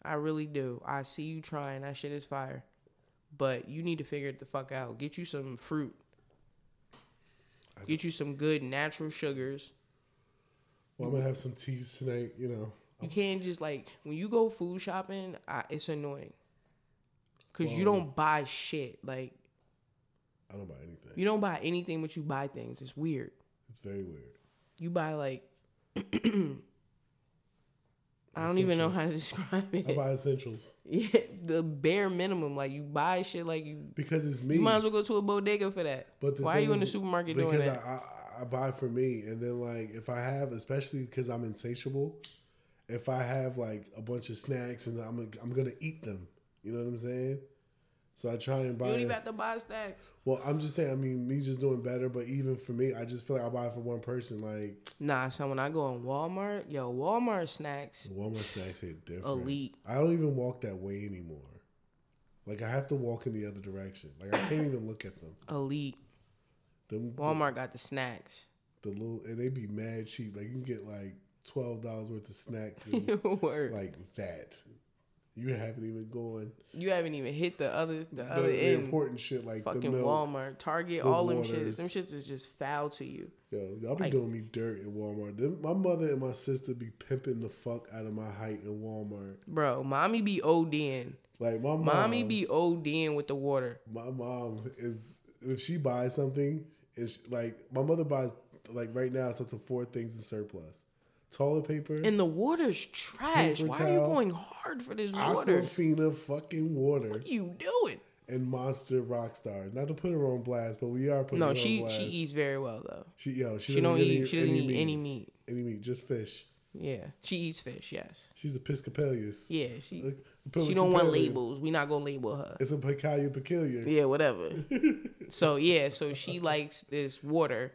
S2: I really do. I see you trying. That shit is fire. But you need to figure it the fuck out. Get you some fruit. Get you some good natural sugars.
S3: well, I'm gonna have some tea tonight. You know,
S2: You can't just like when you go food shopping, I, it's annoying. Cause you don't buy shit. Like
S3: I don't buy anything.
S2: you don't buy anything, but you buy things. It's weird.
S3: It's very weird.
S2: You buy like I don't even know how to describe
S3: I
S2: it.
S3: buy essentials
S2: Yeah, the bare minimum. Like you buy shit like you.
S3: because it's me.
S2: You might as well go to a bodega for that.
S3: But the
S2: why are
S3: thing
S2: you in the
S3: is,
S2: supermarket
S3: because
S2: doing that?
S3: I, I, I buy for me, and then like if I have, especially because I'm insatiable, if I have like a bunch of snacks and I'm I'm gonna eat them. You know what I'm saying? So I try and buy.
S2: you don't even have to buy stacks.
S3: well, I'm just saying. I mean, me just doing better, but even for me, I just feel like I buy for one person. Like
S2: Nah, son. When I go on Walmart, yo, Walmart snacks.
S3: Walmart snacks hit different.
S2: Elite.
S3: I don't even walk that way anymore. Like I have to walk in the other direction. Like I can't even look at them.
S2: Elite.
S3: Them
S2: Walmart got the snacks.
S3: the little and they be mad cheap. Like you can get like twelve dollars worth of snacks and
S2: Word.
S3: like that. You haven't even gone
S2: you haven't even hit the other the
S3: the,
S2: other
S3: the
S2: end.
S3: important shit like the
S2: Oh, Fucking
S3: milk.
S2: Walmart, Target, all them shits.
S3: waters.
S2: Them shits is just foul to you.
S3: Yo, y'all be doing me dirt at Walmart. Them- my mother and my sister be pimping the fuck out of my height in Walmart.
S2: Bro, mommy be ODing.
S3: Like my mom,
S2: Mommy be ODing with the water.
S3: my mom is if she buys something, is like my mother buys like right now it's up to four things in surplus. Toilet paper,
S2: And the water's trash.
S3: Paper
S2: Why are you
S3: towel.
S2: going hard for this water? What
S3: Aquafina fucking water.
S2: are you doing?
S3: and monster rock stars. Not to put her on blast, but we are putting her
S2: No,
S3: on
S2: she
S3: blast.
S2: she eats very well though.
S3: She yo, she,
S2: She
S3: doesn't
S2: don't
S3: eat,
S2: eat.
S3: any,
S2: she doesn't
S3: any
S2: eat
S3: meat,
S2: any meat.
S3: any meat, just fish.
S2: Yeah, she eats fish. Yes.
S3: She's Episcopalius.
S2: Yeah, she
S3: Like,
S2: she don't want
S3: Episcopalian.
S2: labels. We not gonna label her.
S3: It's a Picalia peculiar.
S2: Yeah, whatever. so yeah, so she likes this water,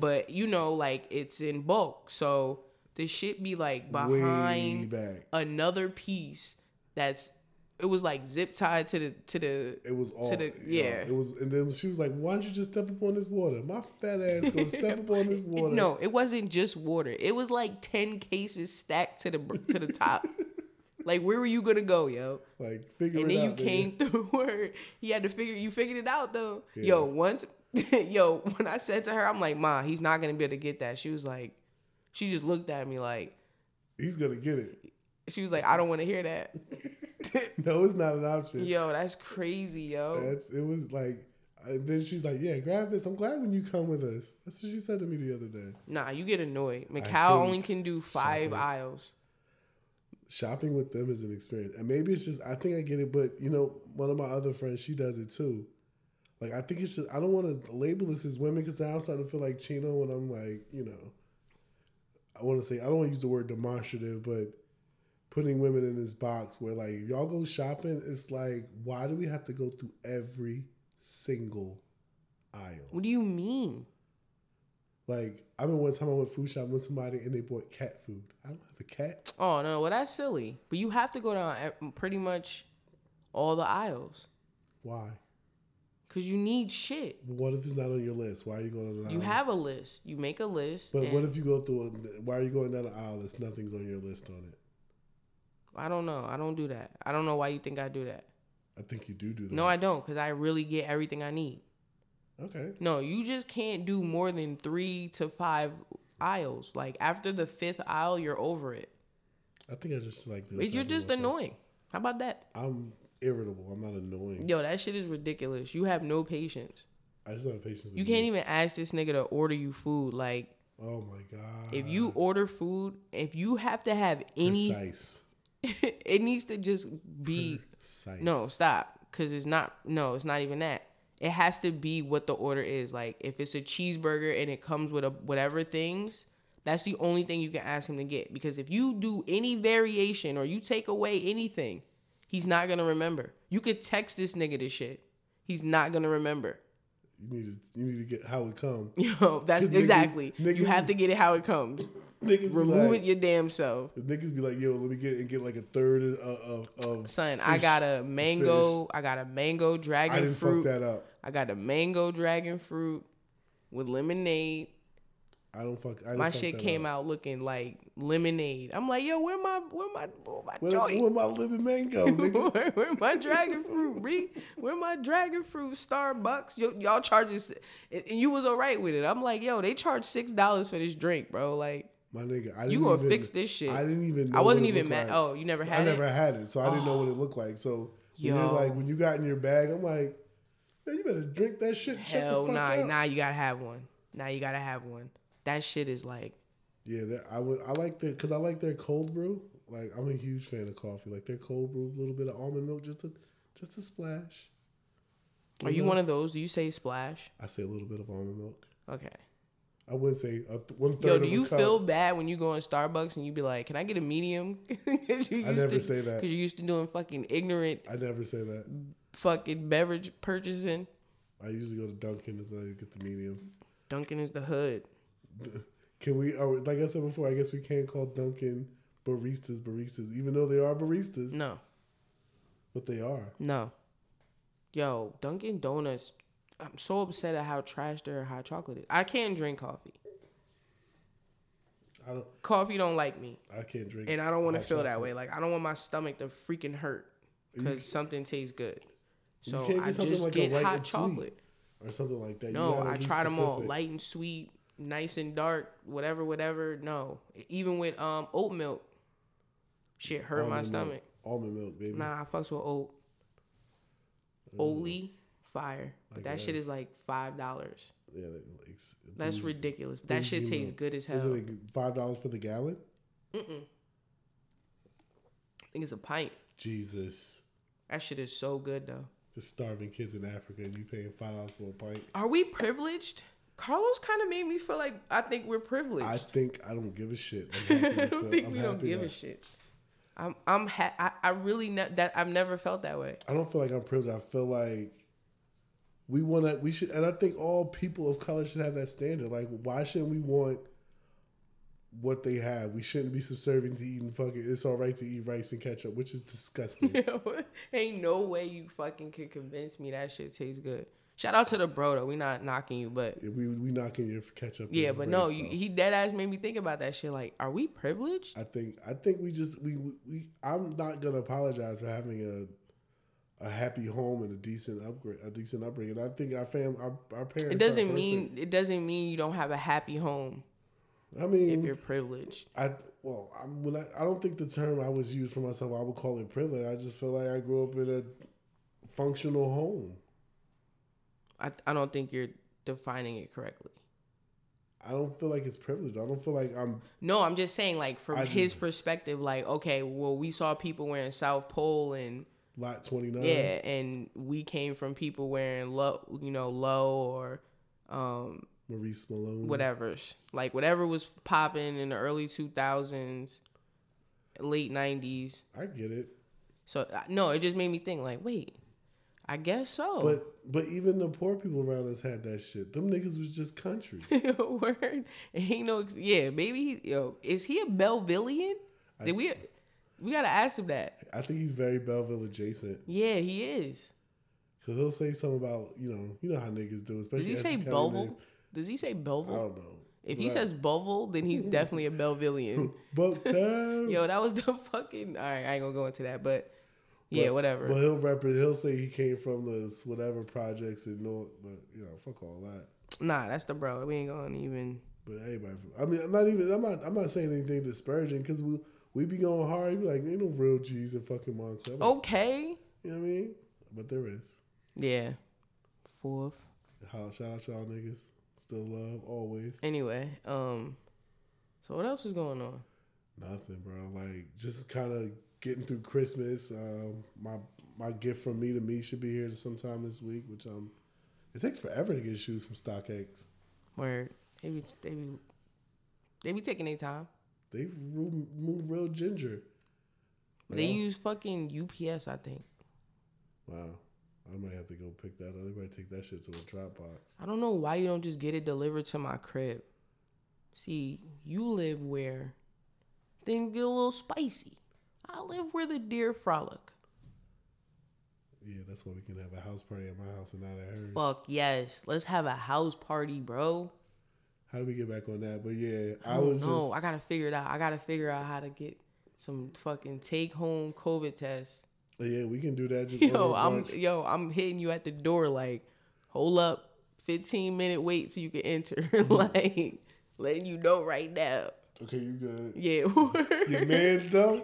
S2: but you know, like it's in bulk, so the shit be like
S3: Way
S2: behind
S3: back.
S2: another piece that's it was like zip tied to the to the
S3: It was all
S2: to the
S3: yo,
S2: yeah.
S3: It was, and then she was like, "Why don't you just step up on this water? My fat ass gonna step up on this water."
S2: No, it wasn't just water. It was like ten cases stacked to the br- to the top. like where were you gonna go, yo?
S3: like figure
S2: And
S3: it
S2: then
S3: out.
S2: you
S3: nigga.
S2: came through word. You had to figure you figured it out though. Yo, once yo, when I said to her, I'm like, Ma, he's not gonna be able to get that. She was like, she just looked at me like
S3: He's gonna get it.
S2: she was like, I don't wanna hear that.
S3: No, it's not an option.
S2: yo, that's crazy, yo.
S3: That's it was like. And then she's like, "Yeah, grab this. I'm glad when you come with us." That's what she said to me the other day.
S2: Nah, you get annoyed. Macau
S3: think-
S2: only can do five
S3: Shopping.
S2: aisles.
S3: shopping with them is an experience. And maybe it's just I think I get it, but you know, one of my other friends, she does it too. Like I think it's just I don't want to label this as women because now I'm starting to feel like Chino when I'm like, you know, I want to say I don't want to use the word demonstrative, but putting women in this box where like if y'all go shopping, it's like why do we have to go through every single aisle?
S2: What do you mean?
S3: Like I remember one time I went food shopping with somebody and they bought cat food. I don't have a cat.
S2: Oh no, well that's silly. But you have to go down ev- pretty much all the aisles
S3: Why?
S2: because you need shit.
S3: What if it's not on your list? Why are you going on an aisle?
S2: You have a list. You make a list.
S3: But
S2: and-
S3: what if you go through? A, why are you going down the aisle? If nothing's on your list on it.
S2: I don't know. I don't do that. I don't know why you think I do that.
S3: I think you do do that.
S2: No, I don't, because I really get everything I need.
S3: okay.
S2: No, you just can't do more than three to five aisles. Like after the fifth aisle, you're over it.
S3: I think I just like this.
S2: You're just annoying. How about that?
S3: I'm irritable. I'm not annoying.
S2: Yo, that shit is ridiculous. You have no patience.
S3: I just don't have patience. With
S2: You can't even ask this nigga to order you food. Like
S3: Oh my god.
S2: if you order food, if you have to have any,
S3: Uh. precise,
S2: it needs to just be
S3: precise.
S2: No, stop. Cause it's not. No, it's not even that. It has to be what the order is. Like if it's a cheeseburger and it comes with a whatever things, that's the only thing you can ask him to get. Because if you do any variation or you take away anything, he's not gonna remember. You could text this nigga this shit. He's not gonna remember.
S3: You need to. You need to get how it come.
S2: You know, that's
S3: Niggas-
S2: exactly. you
S3: niggas-
S2: have to get it how it comes.
S3: niggas
S2: Remove
S3: be like,
S2: it your damn self.
S3: Niggas be like, yo, let me get and get like a third of of. of
S2: Son, I
S3: fish-
S2: got a mango. I got a mango
S3: I
S2: dragon
S3: didn't
S2: fruit.
S3: fuck that up.
S2: I got the mango dragon fruit. with lemonade.
S3: I don't fuck. I didn't
S2: My
S3: fuck
S2: shit
S3: that
S2: came
S3: up.
S2: out looking like lemonade. I'm like, yo, where my where my where my
S3: Where,
S2: joint?
S3: where my living mango, nigga?
S2: where, where my dragon fruit re where my dragon fruit starbucks Yo, y'all charges and and you was all right with it i'm like yo they charge six dollars for this drink bro like
S3: My nigga, I didn't
S2: you gonna
S3: even,
S2: fix this shit
S3: I didn't even. Know
S2: i wasn't
S3: what it
S2: even
S3: looked
S2: mad
S3: like.
S2: oh you never had
S3: I never
S2: it Oh.
S3: had it, so I didn't know what it looked like. So when
S2: Yo.
S3: you're like, when you got in your bag, I'm like, man, you better drink that shit. and shut
S2: hell
S3: the fuck
S2: nah
S3: up.
S2: nah you gotta have one nah you gotta have one that shit is like
S3: Yeah, that, I would. I like their because I like their cold brew. Like I'm a huge fan of coffee. Like their cold brew, a little bit of almond milk, just a just a splash.
S2: are
S3: Mm-hmm.
S2: you one of those do you say splash
S3: I say a little bit of almond milk.
S2: okay
S3: I wouldn't say a th- one third.
S2: Yo,
S3: of
S2: do
S3: a
S2: you
S3: cup.
S2: feel bad when you go in Starbucks and you be like, "Can I get a medium?" 'Cause you
S3: I
S2: used
S3: never
S2: to-
S3: say that.
S2: Cause you're used to doing fucking ignorant
S3: I never say that.
S2: fucking beverage purchasing.
S3: I usually go to Dunkin' until I get the medium.
S2: Duncan is the hood.
S3: Can we? Or like I said before, I guess we can't call Dunkin' baristas baristas, even though they are baristas.
S2: No,
S3: but they are.
S2: no. Yo, Dunkin' Donuts. I'm so upset at how trash their hot chocolate is. I can't drink coffee.
S3: I don't.
S2: Coffee don't like me,
S3: I can't drink.
S2: and I don't want to
S3: hot
S2: feel that
S3: chocolate.
S2: way. Like I don't want my stomach to freaking hurt because something tastes good. So
S3: can't
S2: I
S3: get something
S2: just
S3: like a
S2: get
S3: light
S2: hot
S3: and sweet.
S2: chocolate.
S3: or something like that. You
S2: No,
S3: gotta
S2: I
S3: be
S2: tried them all,
S3: specific.
S2: light and sweet, nice and dark, whatever, whatever. No, even with um oat milk, shit hurt my
S3: Almond milk.
S2: stomach.
S3: Almond milk, baby.
S2: Nah, I fucks with oat.
S3: Mm.
S2: Oli fire, but that shit is like five dollars.
S3: Yeah, that- it's-
S2: That's
S3: it's-
S2: ridiculous. But that shit
S3: bougie
S2: tastes
S3: milk.
S2: good as hell.
S3: Is it like five dollars for the gallon?
S2: I think it's a pint.
S3: Jesus,
S2: That shit is so good though.
S3: the starving kids in Africa, and you paying five dollars for a pint.
S2: Are we privileged? Carlos kind of made me feel like I think we're privileged.
S3: I
S2: I,
S3: think I don't give a shit. I'm happy to
S2: don't
S3: feel-
S2: think
S3: I'm
S2: we don't
S3: happy
S2: give a
S3: that-
S2: shit. I'm I'm ha- I, I really ne- that I've never felt that way.
S3: I don't feel like I'm privileged. I feel like we want to. We should, and I think all people of color should have that standard. Like, why shouldn't we want what they have? We shouldn't be subservient to eating fucking. It's all right to eat rice and ketchup, which is disgusting.
S2: Ain't no way you fucking could convince me that shit tastes good. Shout out to the bro though. We not knocking you, but
S3: we we knocking your ketchup.
S2: yeah,
S3: and
S2: but
S3: rice,
S2: no, you,
S3: though.
S2: he dead ass made me think about that shit. Like, are we privileged?
S3: I think I think we just we we I'm not gonna apologize for having a a happy home and a decent upgrade a decent upbringing. I think our fam our, our parents
S2: It doesn't mean it doesn't mean you don't have a happy home
S3: I
S2: if
S3: mean
S2: you're privileged.
S3: I well I'm when I, I don't think the term I was used for myself I would call it privilege. I just feel like I grew up in a functional home.
S2: I I don't think you're defining it correctly.
S3: I don't feel like it's privilege. I don't feel like I'm
S2: No, I'm just saying like from
S3: I
S2: his
S3: just-
S2: perspective, like okay, well we saw people wearing South Pole and
S3: lot twenty nine.
S2: Yeah, and we came from people wearing low, you know, low or um
S3: Maurice Malone.
S2: whatever's. Like whatever was popping in the early 2000s, late 90s.
S3: I get it.
S2: So uh, no, it just made me think like, wait. I guess so.
S3: But but even the poor people around us had that shit. Them niggas was just country.
S2: Word. Ain't no ex- yeah, maybe he, yo, is he a Belvillian? Did we we got to ask him that.
S3: I think he's very Belleville adjacent.
S2: Yeah, he is.
S3: Cause he'll say something about you know you know how niggas do, especially.
S2: Does he
S3: as
S2: say
S3: it's kinda
S2: Belleville?
S3: named-
S2: Does he say
S3: I
S2: Belleville?
S3: don't know.
S2: If he says Belleville, then he's definitely a Belvillian.
S3: book time,
S2: Yo, that was the fucking. All right, I ain't gonna go into that, but yeah, whatever.
S3: But he'll rep. He'll say he came from the whatever projects and no, but you know, fuck all that.
S2: nah, that's the bro. We ain't gonna even.
S3: But everybody, from, I mean, I'm not even. I'm not. I'm not saying anything disparaging because we we be going hard. You be like, ain't no real G's in fucking Montclair. Like,
S2: Okay.
S3: you know what I mean? But there is.
S2: Yeah. Fourth.
S3: Holla- Shout out y'all niggas. Still love always.
S2: Anyway, um. So what else is going on?
S3: Nothing, bro. Like just kind of getting through Christmas. Um, my my gift from me to me should be here sometime this week, which um, it takes forever to get shoes from StockX.
S2: Word. They be they be they be taking their time.
S3: They ru- move real ginger.
S2: They use fucking UPS, I think.
S3: Wow, I might have to go pick that up. They might take that shit to a Dropbox.
S2: I don't know why you don't just get it delivered to my crib. See, you live where things get a little spicy. I live where the deer frolic.
S3: Yeah, that's why we can have a house party at my house and not at hers.
S2: Fuck yes. Let's have a house party, bro.
S3: How do we get back on that? But yeah, I,
S2: I
S3: was
S2: was Oh, no,
S3: just
S2: I gotta figure it out. I gotta figure out how to get some fucking take home COVID test.
S3: yeah, we can do that. Just
S2: Yo,
S3: order a
S2: I'm
S3: bunch.
S2: yo, I'm hitting you at the door like, hold up, fifteen minute wait till you can enter.
S3: Mm-hmm.
S2: like letting you know right now.
S3: okay. You good?
S2: Yeah.
S3: Your man's though.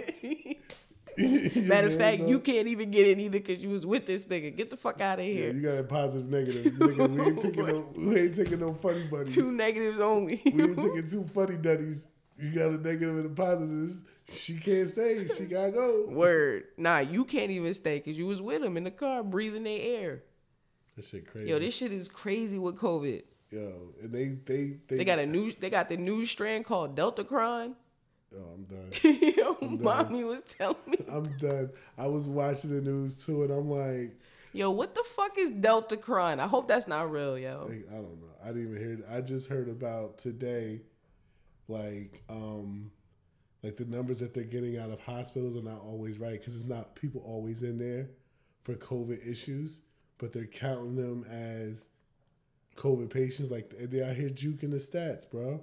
S2: Matter of fact, you can't even get it either because you was with this nigga. Get the fuck out of
S3: Yeah,
S2: here.
S3: you got a positive negative, nigga. We ain't taking no, we ain't taking no funny buddies.
S2: Two negatives only.
S3: we ain't taking two funny duddies. You got a negative and a positive. She can't stay. She gotta go.
S2: Word. Nah, you can't even stay because you was with him in the car breathing their air.
S3: That shit crazy.
S2: Yo, this shit is crazy with COVID.
S3: Yo, and they they they,
S2: They got a new they got the new strand called Delta Cron.
S3: Oh, I'm done.
S2: Yo, mommy was telling me.
S3: I'm done. I was watching the news too, and I'm like,
S2: Yo, what the fuck is Delta Cron? I hope that's not real, yo.
S3: like, I don't know. I didn't even hear it. I just heard about today, like, um, like the numbers that they're getting out of hospitals are not always right because it's not people always in there for COVID issues, but they're counting them as COVID patients. Like they out here juking the stats, bro.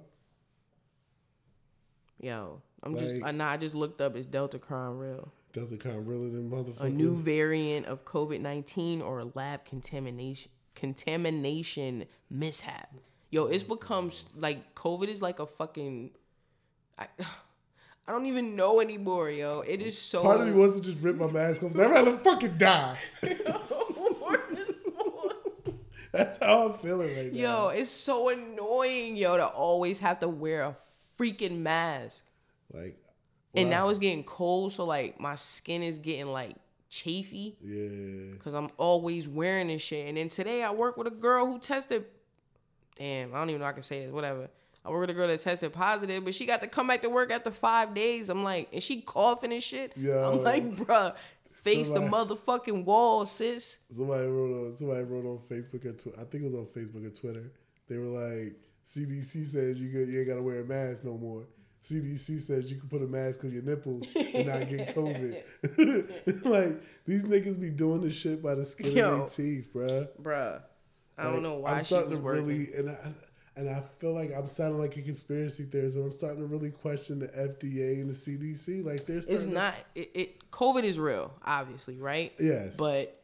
S2: Yo, I'm just
S3: Like-
S2: I, nah, I just looked up. Is Delta Cron real?
S3: Delta kind of really than motherfucker.
S2: A new variant of COVID nineteen or a lab contamination contamination mishap. Yo, it's become s- like COVID is like a fucking. I, I don't even know anymore, yo. It is so.
S3: Part of me wants to just rip my mask off. 'cause I'd rather fucking die. That's how I'm feeling right now.
S2: Yo, it's so annoying, yo, to always have to wear a freaking mask.
S3: Like,
S2: And
S3: wow.
S2: now it's getting cold, so like my skin is getting like chafy
S3: yeah.
S2: because I'm always wearing this shit. And then today I work with a girl who tested. Damn, I don't even know if I can say it. Whatever. I work with a girl that tested positive, but she got to come back to work after five days. I'm like, and she coughing and shit.
S3: Yo.
S2: I'm like, bruh, face the motherfucking wall, sis.
S3: Somebody wrote on somebody wrote on Facebook or Twitter. I think it was on Facebook or Twitter. They were like, CDC says you could, you ain't gotta wear a mask no more. CDC says you can put a mask on your nipples and not get COVID. like these niggas be doing this shit by the skin of
S2: Yo.
S3: their teeth, bruh.
S2: Bruh, I don't
S3: Like,
S2: know why
S3: I'm
S2: she
S3: starting
S2: was
S3: to
S2: working.
S3: really and I, and I feel like I'm sounding like a conspiracy theorist, but I'm starting to really question the FDA and the CDC. Like they're starting
S2: it's
S3: to-
S2: not it, it covid is real obviously right
S3: Yes.
S2: but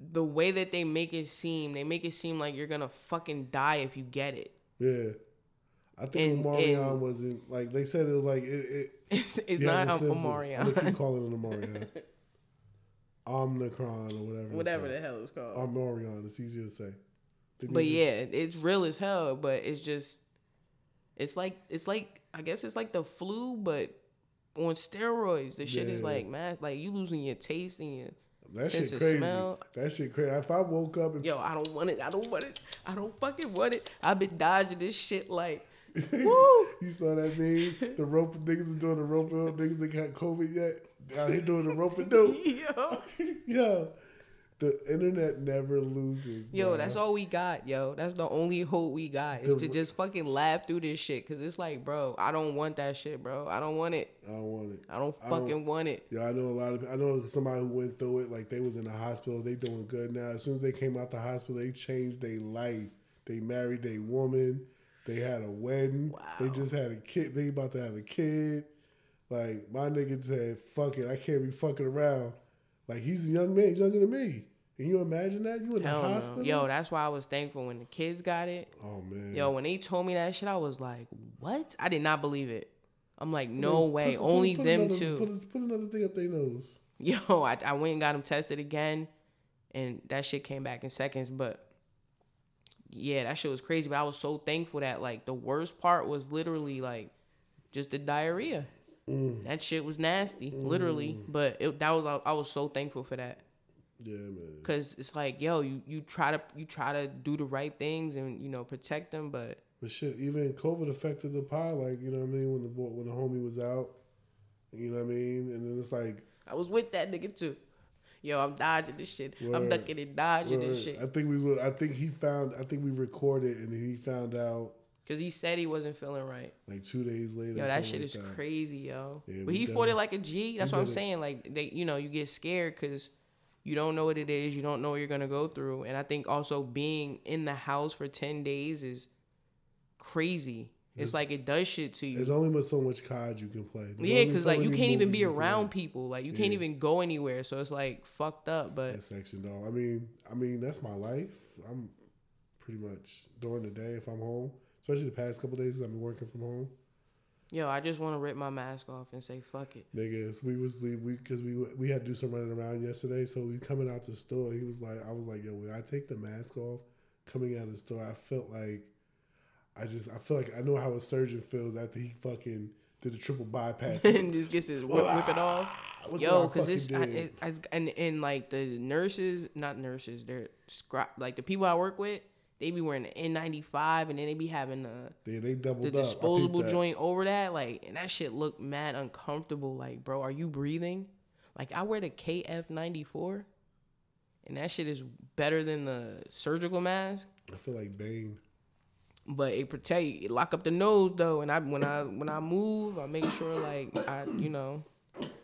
S2: the way that they make it seem they make it seem like you're gonna fucking die if you get it
S3: yeah. I think
S2: And-
S3: Omarion
S2: and-
S3: wasn't like they said it was like it, it
S2: it's, it's
S3: Yeah,
S2: not
S3: the
S2: a
S3: Simpsons. I think you
S2: Omarion.
S3: call it an Omarion. Omnicron or whatever.
S2: whatever the
S3: it's
S2: hell it's called
S3: called. Omarion. It's easier to say. They
S2: but
S3: need
S2: yeah
S3: to-
S2: it's real as hell but it's just it's like it's like i guess it's like the flu but on steroids the shit is
S3: Yeah.
S2: like man like you losing your taste and your
S3: that
S2: sense
S3: shit
S2: of
S3: crazy.
S2: smell.
S3: That shit crazy. If I woke up and
S2: Yo, I don't want it. I don't want it. I don't fucking want it. I've been dodging this shit like, woo.
S3: you saw that meme, the rope niggas is doing the rope dope, niggas that got COVID yet out here doing the rope and dope.
S2: Yo,
S3: Yo, the internet never loses.
S2: yo,
S3: bruh.
S2: that's all we got, yo. That's the only hope we got is to just fucking laugh through this shit. Cause it's like, bro, I don't want that shit, bro. I don't want it.
S3: I don't want it.
S2: I don't
S3: I
S2: fucking want it.
S3: Yeah, I know a lot of. I know somebody who went through it. Like they was in the hospital. They doing good now. As soon as they came out the hospital, they changed their life. They married a woman. They had a wedding. They
S2: Wow.
S3: just had a kid. They about to have a kid. Like my nigga said, "Fuck it, I can't be fucking around." Like he's a young man. He's younger than me. Can you imagine that? You in the
S2: Hell no.
S3: hospital?
S2: Yo, that's why I was thankful when the kids got it.
S3: Oh man.
S2: Yo, when they told me that shit, I was like, what? I did not believe it. I'm like, no way.
S3: Put- put-
S2: Only
S3: put
S2: them
S3: another-
S2: two.
S3: Put, put another thing up their nose.
S2: yo, I, I went and got him tested again, and that shit came back in seconds. But yeah, that shit was crazy. But I was so thankful that like the worst part was literally like just the diarrhea. That shit was nasty, literally. But it, that was I was so thankful for that
S3: Yeah, man.
S2: because it's like yo, you you try to you try to do the right things and you know protect them, but
S3: But shit, even COVID affected the pod. Like you know what I mean when the boy, when the homie was out, you know what I mean. And then it's like
S2: I was with that nigga too. Yo, I'm dodging this shit. I'm
S3: Word.
S2: ducking and dodging
S3: word,
S2: this shit.
S3: I think we would. I think he found. I think we recorded, and then he found out
S2: Cause he said he wasn't feeling right.
S3: like two days later.
S2: Yo,
S3: or
S2: that
S3: something
S2: shit
S3: like
S2: is crazy, yo.
S3: Yeah,
S2: but
S3: we
S2: he
S3: done
S2: fought
S3: it.
S2: it like a G. That's
S3: We
S2: what I'm
S3: done it.
S2: saying. Like they, you know, you get scared because You don't know what it is. You don't know what you're gonna go through. And I think also being in the house for ten days is crazy. It's, like it does shit to you.
S3: There's only but so much COD you can play. There's
S2: Yeah,
S3: only
S2: because
S3: so
S2: like you
S3: many
S2: can't even
S3: movies
S2: be
S3: you can
S2: around
S3: watch.
S2: people. Like you can't even go anywhere. So it's like fucked up. But
S3: that section though. I mean, I mean that's my life. I'm pretty much during the day if I'm home, especially the past couple days I've been working from home.
S2: yo, I just want to rip my mask off and say fuck it.
S3: Niggas, we was we because we, we had to do some running around yesterday, so we coming out the store. He was like, I was like, yo, when I take the mask off, coming out of the store, I felt like, I just I feel like I know how a surgeon feels after he fucking did a triple bypass.
S2: and just gets his whip, whip it off.
S3: Look
S2: Yo,
S3: what I
S2: because
S3: fucking
S2: this I,
S3: did.
S2: it, I, and and like the nurses, not nurses, they're scri- like the people I work with. They be wearing the N95 and then they be having the,
S3: they, they doubled
S2: the
S3: up. I peeped
S2: disposable
S3: that.
S2: joint over that, like, and that shit looked mad uncomfortable. Like, bro, are you breathing? Like, I wear the KF94, and that shit is better than the surgical mask.
S3: I feel like Bane.
S2: but it protect it lock up the nose though and i when i when i move i make sure like i you know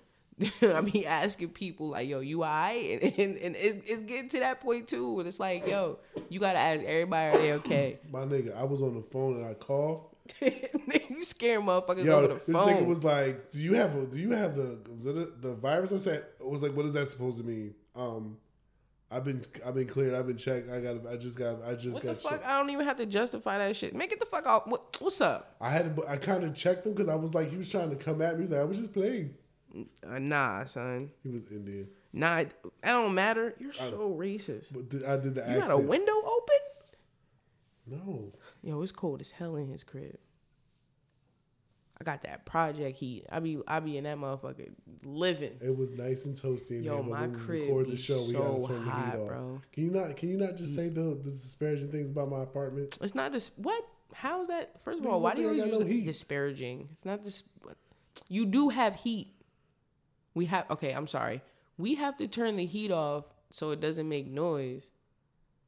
S2: i be asking people like yo you all right and, and, and it's, it's getting to that point too and it's like yo you gotta ask everybody are they okay
S3: My nigga, I was on the phone and I coughed.
S2: you scare motherfuckers
S3: Yo,
S2: over the
S3: this
S2: phone
S3: nigga was like, "Do you have a, do you have the, the the virus?" I said, I "Was like, what is that supposed to mean?" Um, I've been I've been cleared. I've been checked. I got I just got I just
S2: what the
S3: got
S2: fuck
S3: checked.
S2: i don't even have to justify that shit make it the fuck off what, what's up
S3: I had to, I kind of checked him because I was like, he was trying to come at me. He's like, I was just playing.
S2: uh, nah son
S3: He was Indian,
S2: nah it that don't matter you're so racist
S3: but th- I did the
S2: you
S3: accent.
S2: got a window open
S3: No,
S2: Yo, it's cold as hell in his crib. I got that project heat. I be I be in that motherfucker living.
S3: it was nice and toasty. In
S2: Yo,
S3: here, but
S2: my
S3: when we
S2: crib
S3: record the
S2: be
S3: show, we gotta
S2: so
S3: turn the
S2: hot,
S3: heat off.
S2: bro. Mm.
S3: Can you not? Can you not just say the, the disparaging things about my apartment?
S2: It's not this. What? How's that? First of
S3: Niggas
S2: all, why do
S3: don't
S2: you
S3: think I
S2: always
S3: got
S2: use
S3: no
S2: the-
S3: heat.
S2: disparaging? It's not this. what- You do have heat. We have. Okay, I'm sorry. We have to turn the heat off so it doesn't make noise.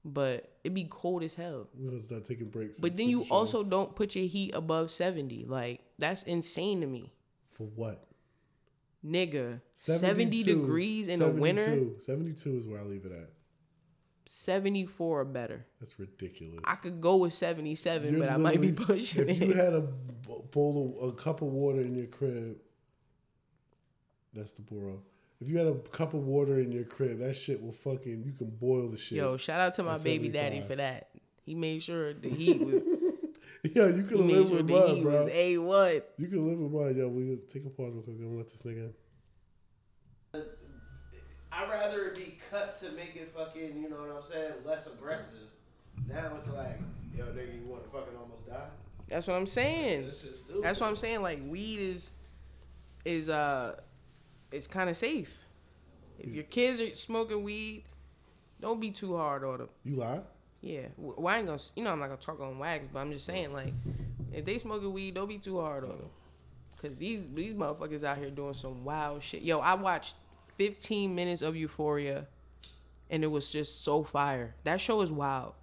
S2: But it be cold as hell.
S3: We're gonna start uh, taking breaks.
S2: But then
S3: Get
S2: you
S3: the
S2: also
S3: shows.
S2: don't put your heat above seventy. Like that's insane to me.
S3: for what
S2: nigga 70 degrees in the
S3: 72
S2: winter
S3: 72 is where I leave it at.
S2: 74 or better
S3: That's ridiculous.
S2: i could go with 77
S3: You're
S2: but i might be
S3: literally-
S2: pushing
S3: If you
S2: it
S3: had a b- bowl of a cup of water in your crib, that's the burrow. If you had a cup of water in your crib, that shit will fucking you can boil the shit.
S2: yo
S3: Yo,
S2: shout out to my
S3: That's
S2: baby daddy
S3: 75.
S2: for that he made sure the heat was
S3: you could
S2: he made
S3: live
S2: sure
S3: with
S2: the
S3: mine,
S2: heat
S3: bro.
S2: was a one
S3: You can live with mine, yo. We gonna take a pause real quick. I'm gonna let this nigga. in.
S4: I'd rather it be cut to make it fucking, you know what I'm saying, less aggressive. Now it's like, yo, nigga, you want to fucking almost die?
S2: that's what i'm saying
S4: This shit's stupid.
S2: that's what i'm saying like weed is is uh it's kind of safe if your kids are smoking weed don't be too hard on them
S3: You lie.
S2: Yeah, W- well, I ain't gonna. s- You know, I'm not gonna talk on wags, but I'm just saying, like, if they smoking weed, don't be too hard on them, cause these these motherfuckers out here doing some wild shit. Yo, I watched 15 minutes of Euphoria, and it was just so fire. That show is wild.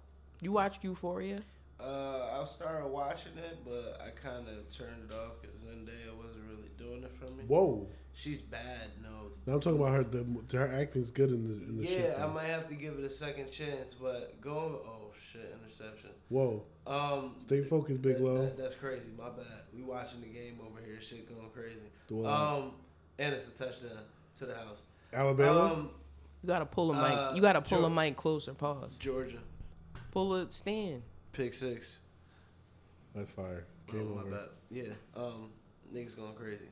S2: You watched Euphoria?
S4: Uh, I started watching it, but I kind of turned it off because Zendaya wasn't really doing it for me.
S3: Whoa.
S4: She's bad, no.
S3: Now I'm talking about her. The, her acting's good in the in the
S4: Yeah,
S3: shit.
S4: I
S3: though.
S4: might have to give it a second chance, but going. Oh shit, interception.
S3: Whoa.
S4: Um,
S3: Stay focused, Big
S4: that-
S3: Lo.
S4: that- that's crazy. My bad. We watching the game over here. Shit going crazy.
S3: Wow.
S4: Um, and it's a touchdown to the house.
S3: Alabama.
S4: Um,
S2: You gotta pull a mic.
S4: Uh,
S2: you gotta pull
S4: Joe-
S2: a mic closer. Pause.
S4: Georgia
S2: Pull a stand.
S4: pick six.
S3: That's fire.
S4: Oh,
S3: Game
S4: my
S3: over.
S4: bad. Yeah. Um, niggas going crazy,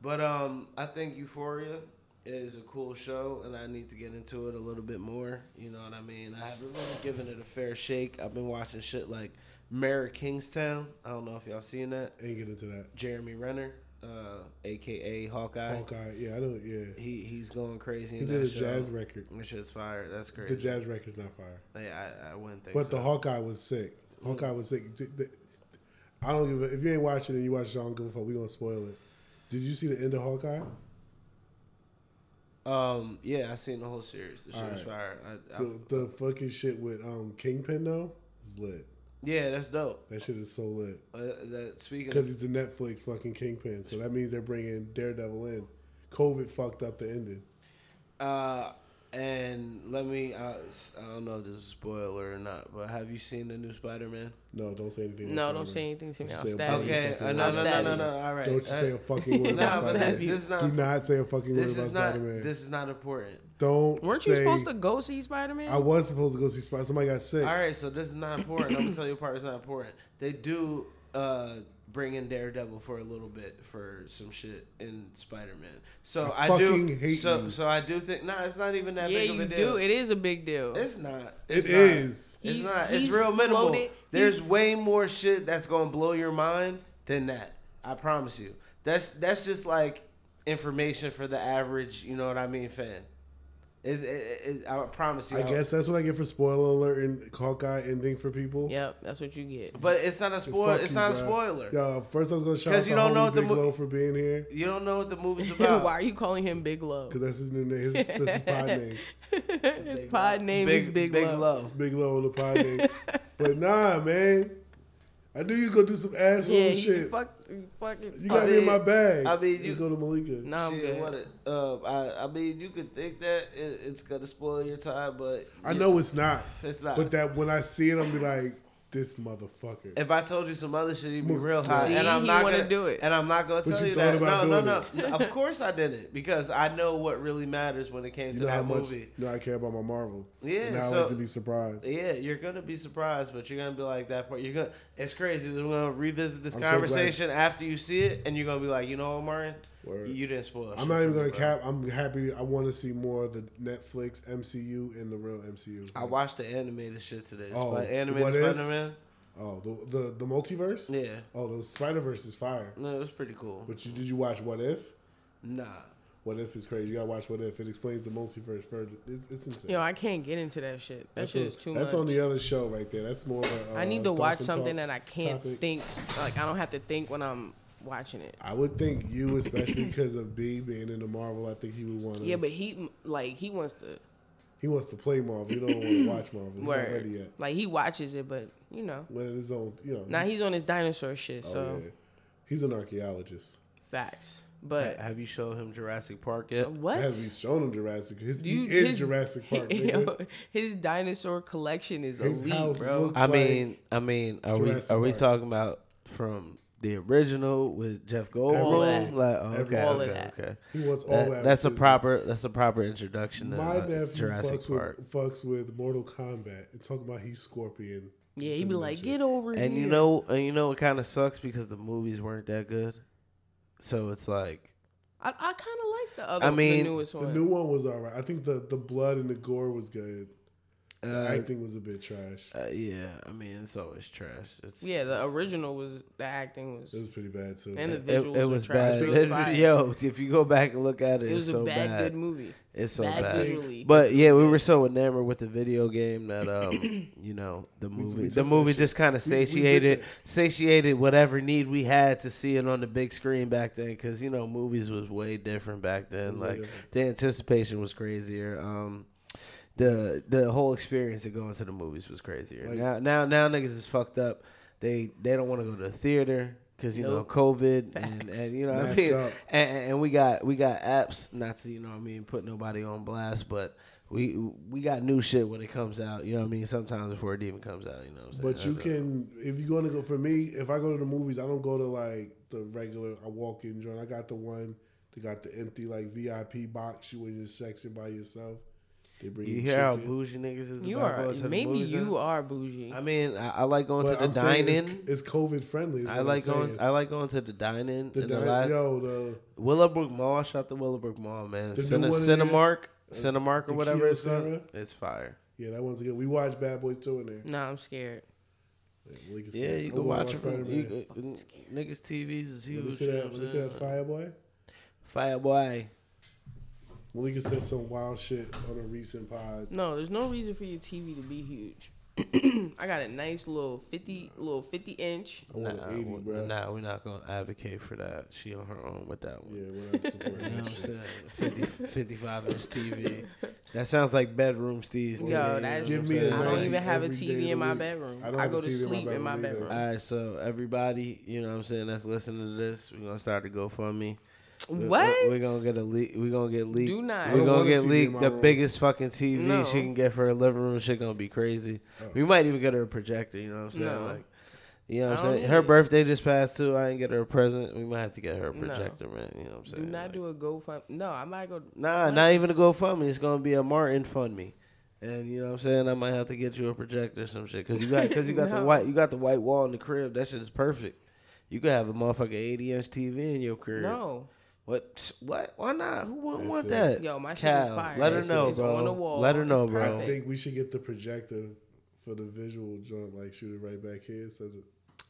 S4: but um, I think Euphoria is a cool show, and I need to get into it a little bit more. You know what I mean? I haven't really given it a fair shake. I've been watching shit like Mara Kingstown. I don't know if y'all seen that.
S3: Ain't get into that.
S4: Jeremy Renner, uh, aka Hawkeye.
S3: Hawkeye. Yeah, I know. Yeah, he,
S4: He he's going crazy. In
S3: did
S4: that
S3: a
S4: show.
S3: jazz record.
S4: That shit's fire. That's crazy.
S3: The jazz record's not fire,
S4: Like, I I wouldn't think.
S3: but
S4: so.
S3: the Hawkeye was sick. Hawkeye was sick. Th- th- I don't give. A, if you ain't watching and you watch it, I don't give a fuck. We gonna spoil it. Did you see the end of Hawkeye?
S4: Um, yeah, I seen the whole series. The shit
S3: Alright.
S4: was fire. I, I,
S3: The, the fucking shit with um Kingpin though is lit.
S4: yeah, that's dope.
S3: That shit is so lit
S4: Uh, that speaking.
S3: because
S4: Of,
S3: he's a Netflix fucking Kingpin. So that means they're bringing Daredevil in. COVID fucked up the ending.
S4: uh, And let me, I, I don't know if this is a spoiler or not, but have you seen the new Spider Man?
S3: No, don't say anything.
S2: No,
S3: about
S2: don't
S3: Spider-Man.
S2: say anything to me.
S3: Don't
S2: I'll
S3: say a
S2: stab
S3: fucking
S2: you.
S4: Okay,
S3: fucking
S4: uh,
S3: word
S4: no,
S3: about
S4: no, no, no,
S3: Spider-Man.
S4: no, all right.
S3: Don't you say a fucking word
S4: no,
S3: about
S4: but
S3: Spider-Man.
S4: this is not,
S3: Do not say a fucking word
S4: this
S3: about
S4: is not,
S3: Spider Man.
S4: this is not important.
S3: Don't.
S2: Weren't
S3: say,
S2: you supposed to go see Spider Man?
S3: I was supposed to go see Spider. Somebody got sick.
S4: All right, so this is not important. I'm gonna tell you a part is not important. They do uh, bring in Daredevil for a little bit for some shit in Spider Man. So
S3: I
S4: I, do.
S3: fucking hate
S4: so
S3: you.
S4: so I do think. Nah, it's not even that
S2: yeah,
S4: big of
S2: you
S4: a deal.
S2: do. It is a big deal.
S4: It's not.
S3: It
S4: It's not.
S3: is.
S4: It's
S2: He's-
S4: not. It's
S2: he's
S4: real minimal.
S2: floated-
S4: There's
S2: he's-
S4: way more shit that's gonna blow your mind than that. I promise you. That's that's just like information for the average. You know what I mean, fan. It, it, it, I promise you.
S3: I guess that's what I get for spoiler alert and Hawkeye ending for people.
S2: Yep, that's what you get.
S4: But it's not a spoiler.
S3: Fuck
S4: It's
S3: you,
S4: not a
S3: bruh.
S4: spoiler.
S3: Yo, first I was gonna shout out
S4: 'Cause
S3: to
S4: you don't know what the
S3: Big
S4: mo-
S3: Low for being here
S4: You don't know what the movie's about.
S2: Why are you calling him Big Love?
S3: because that's his new name. His, that's his pod name.
S2: His pod name is Big, Love.
S3: Big Low on the pod name. But nah, man, I knew you was gonna do some asshole
S2: Yeah, you
S3: shit.
S2: fuck, fucking.
S3: you got
S4: I
S3: me in
S4: mean-
S3: my bag.
S4: I mean, you-
S3: go to Malika.
S2: no, I'm
S4: Shit,
S2: good.
S4: what it- uh, I, I mean, you could think that it, it's gonna spoil your time, but
S3: I know it's not,
S4: It's not.
S3: but that when I see it, I'm be like, this motherfucker.
S4: If I told you some other shit, you'd be real
S3: See,
S4: high, and I'm
S2: he
S4: not
S2: wanna
S4: gonna
S2: do it.
S4: And I'm not gonna
S3: But
S4: tell
S3: you
S4: you,
S3: thought
S4: that.
S3: about
S4: no, no,
S3: doing
S4: no. of course I didn't, because I know what really matters when it
S3: You
S4: came to
S3: know how
S4: that
S3: much?
S4: movie.
S3: You know I care about my Marvel.
S4: Yeah,
S3: and now I
S4: so-
S3: like to be surprised.
S4: Yeah, you're gonna be surprised, but you're gonna be like that part. You're gonna. It's crazy. We're gonna revisit this
S3: I'm so glad-
S4: conversation after you see it, and you're gonna be like, you know what, Martin,
S3: Word.
S4: you didn't spoil. shit
S3: I'm not even
S4: for me,
S3: gonna
S4: bro."
S3: cap. I'm happy. I want to see more of the Netflix MCU and the real MCU.
S4: I watched the animated shit today.
S3: Oh,
S4: Oh, like animated
S3: what if?
S4: Spider Man.
S3: Oh, the the, the multiverse.
S4: Yeah.
S3: Oh, the Spider Verse is fire.
S4: No, it was pretty cool.
S3: But you, did you watch What If?
S4: Nah.
S3: What If is crazy. You gotta watch What If. It explains the multiverse further. It's, it's insane.
S2: Yo, I can't get into that shit. That shit is too
S3: that's
S2: much.
S3: on the other show right there. That's more. Of a, uh,
S2: I need to watch
S3: dolphin
S2: something
S3: talk
S2: that I can't
S3: topic.
S2: think. Like I don't have to think when I'm watching it.
S3: I would think you, especially because of B being into Marvel, I think he would want to.
S2: Yeah, but he like he wants to
S3: he wants to play Marvel. He don't want to watch Marvel. He's not ready
S2: word.
S3: yet.
S2: Like he watches it, but you know,
S3: When his own, you know.
S2: now he's on his dinosaur shit.
S3: oh,
S2: So
S3: yeah. he's an archaeologist.
S2: facts. But
S4: Have you showed him Jurassic Park yet?
S2: what?
S3: Has he shown him Jurassic? His
S2: Do you-
S3: he is Jurassic Park. Nigga.
S2: yo, his dinosaur collection is
S3: His
S2: elite,
S3: house
S2: bro.
S3: looks-
S4: I
S3: Like
S4: mean, I mean, are
S3: Jurassic
S4: we are we
S3: Park.
S4: talking about from the original with Jeff
S3: Everything.
S4: Goldblum? Like, oh,
S3: Everything.
S4: okay,
S2: All of
S4: okay,
S2: that.
S4: okay.
S3: He wants all
S4: That-
S3: that.
S4: that's a
S3: business.
S4: proper that's a proper introduction to
S3: My
S4: uh,
S3: nephew
S4: Jurassic
S3: fucks
S4: Park.
S3: with fucks with Mortal Kombat and talk about he's Scorpion.
S2: Yeah, he'd be like,
S3: Ninja.
S2: get over here.
S4: And you know, and you know, it kind of sucks because the movies weren't that good. So it's like,
S2: I, I kind of like the other,
S4: I
S2: the
S4: mean,
S2: newest
S3: The
S2: one.
S3: new one was alright. I think the the blood and the gore was good.
S4: uh,
S3: The acting was a bit trash.
S4: uh, yeah. I mean, it's always trash. It's
S2: yeah, the original was the acting was
S3: It was pretty bad too.
S2: and the
S4: It,
S2: visuals.
S4: it was
S2: were trash.
S4: bad.
S2: It was fire.
S4: Yo, if you go back and look at it,
S2: It was
S4: it's so
S2: a bad,
S4: bad.
S2: good movie.
S4: It's so
S2: bad
S4: bad.
S2: visually.
S4: But yeah, we were so enamored with the video game that um, you know, the movie
S3: we
S4: the
S3: took
S4: movie
S3: that
S4: just kind of
S3: We- we did
S4: satiated
S3: that.
S4: satiated whatever need we had to see it on the big screen back then cuz you know, movies was way different back then.
S3: was way
S4: Like
S3: different.
S4: the anticipation was crazier. Um the the whole experience of going to the movies was crazier.
S3: Like-
S4: now now now niggas is fucked up. They they don't want to go to the theater cuz you
S2: Nope.
S4: know COVID and, and you know what I
S3: Masked
S4: mean?
S3: up.
S4: and, and- and we got we got apps not to you know what I mean put nobody on blast, but we we got new shit when it comes out. You know what I mean? Sometimes before it even comes out, you know. What I'm
S3: but you
S4: saying?
S3: can if you're gonna go for me, if I go to the movies, I don't go to like the regular I walk in joint. I got the one that got the empty like VIP box you in your section by yourself. They bring
S4: You
S3: you
S4: hear how
S3: chicken.
S4: bougie niggas is.
S2: You
S4: about
S2: are
S4: going to the
S2: maybe
S4: movies
S2: you
S4: now?
S2: are bougie.
S4: I mean, I, I like going
S3: But
S4: to the
S3: I'm saying
S4: dine
S3: it's-
S4: in.
S3: It's, COVID friendly. is
S4: I
S3: what I'm
S4: like going.
S3: saying.
S4: I like going to the dine in.
S3: the
S4: and the
S3: dine-
S4: last-
S3: yo the
S4: Willowbrook Mall. Shout to Willowbrook Mall, man.
S3: The new
S4: Cine,
S3: one in there,
S4: Cinemark, Cinemark
S3: the
S4: or whatever it's
S3: Kyocera.
S4: called. It's fire.
S3: yeah that one's good. We watched Bad Boys Two in there.
S2: nah, I'm scared.
S3: Like, it's
S4: Yeah,
S3: good.
S4: you
S3: I
S4: can
S3: wanna
S4: watch it from
S3: Spider-Man.
S4: you can- niggas' TVs is
S3: Let me
S4: huge.
S3: see
S4: You know
S3: that.
S4: what
S3: Let
S4: I'm
S3: me see
S4: saying?
S3: that Fireboy.
S4: Fireboy.
S3: Malika said some wild shit on a recent pod.
S2: No, there's no reason for your TV to be huge. I got a nice little fifty, little fifty inch.
S3: I want
S4: Nah,
S3: an 80,
S4: we-
S3: bro.
S4: nah, we're not gonna advocate for that. She on her own with that one.
S3: Yeah, we're not
S4: You
S3: supporting
S4: know
S3: that
S4: what I'm
S3: shit.
S4: saying? 50, 55 inch TV. That sounds like bedroom Steve's.
S2: Yo,
S4: TV, you know
S2: that's-
S4: what I'm
S3: Give me a
S4: saying?
S2: I don't
S3: 90
S2: even have a
S3: every day
S2: TV
S3: of
S2: in
S3: the
S2: my
S3: week.
S2: bedroom.
S3: I don't
S2: I
S3: have
S2: go
S3: a
S2: to
S3: TV in my
S2: sleep in my
S3: bedroom either.
S2: bedroom.
S4: All right, so everybody, you know what I'm saying, that's listening to this, we're gonna start a GoFundMe.
S2: What?
S4: We're gonna get a leak. We're gonna get leaked.
S2: Do not. I
S4: We're
S2: don't
S4: gonna
S3: want a
S4: get
S3: TV in
S4: leaked.
S3: my
S4: The
S3: room.
S4: biggest fucking TV
S2: No.
S4: she can get for her living room. Shit gonna be crazy.
S3: Oh.
S4: We might even get her a projector. You know what I'm saying?
S2: No.
S4: Like, you know what
S2: I
S4: I'm
S2: don't
S4: saying?
S2: need
S4: Her
S2: it.
S4: birthday just passed too. I didn't get her a present. We might have to get her a
S2: No.
S4: projector, man. You know what I'm
S2: Do
S4: saying?
S2: not do a GoFund. No, I'm not going. to
S4: Nah, not even a GoFundMe. It's gonna be a Martin Fund Me, and you know what I'm saying. I might have to get you a projector or some shit because you got because you got the
S2: No.
S4: white you got the white wall in the crib. That shit is perfect. You could have a motherfucking 80 inch TV in your crib.
S2: No,
S4: What? What? Why not? Who wouldn't
S3: That's
S4: want
S3: it.
S4: that?
S2: Yo, my shit
S4: Cal,
S2: is fire.
S4: Let her
S2: It's-
S4: know,
S2: it's
S4: bro.
S2: on the wall.
S4: Let her know,
S2: It's
S4: bro.
S3: I think we should get the projector for the visual jump, like shoot it right back here, so that,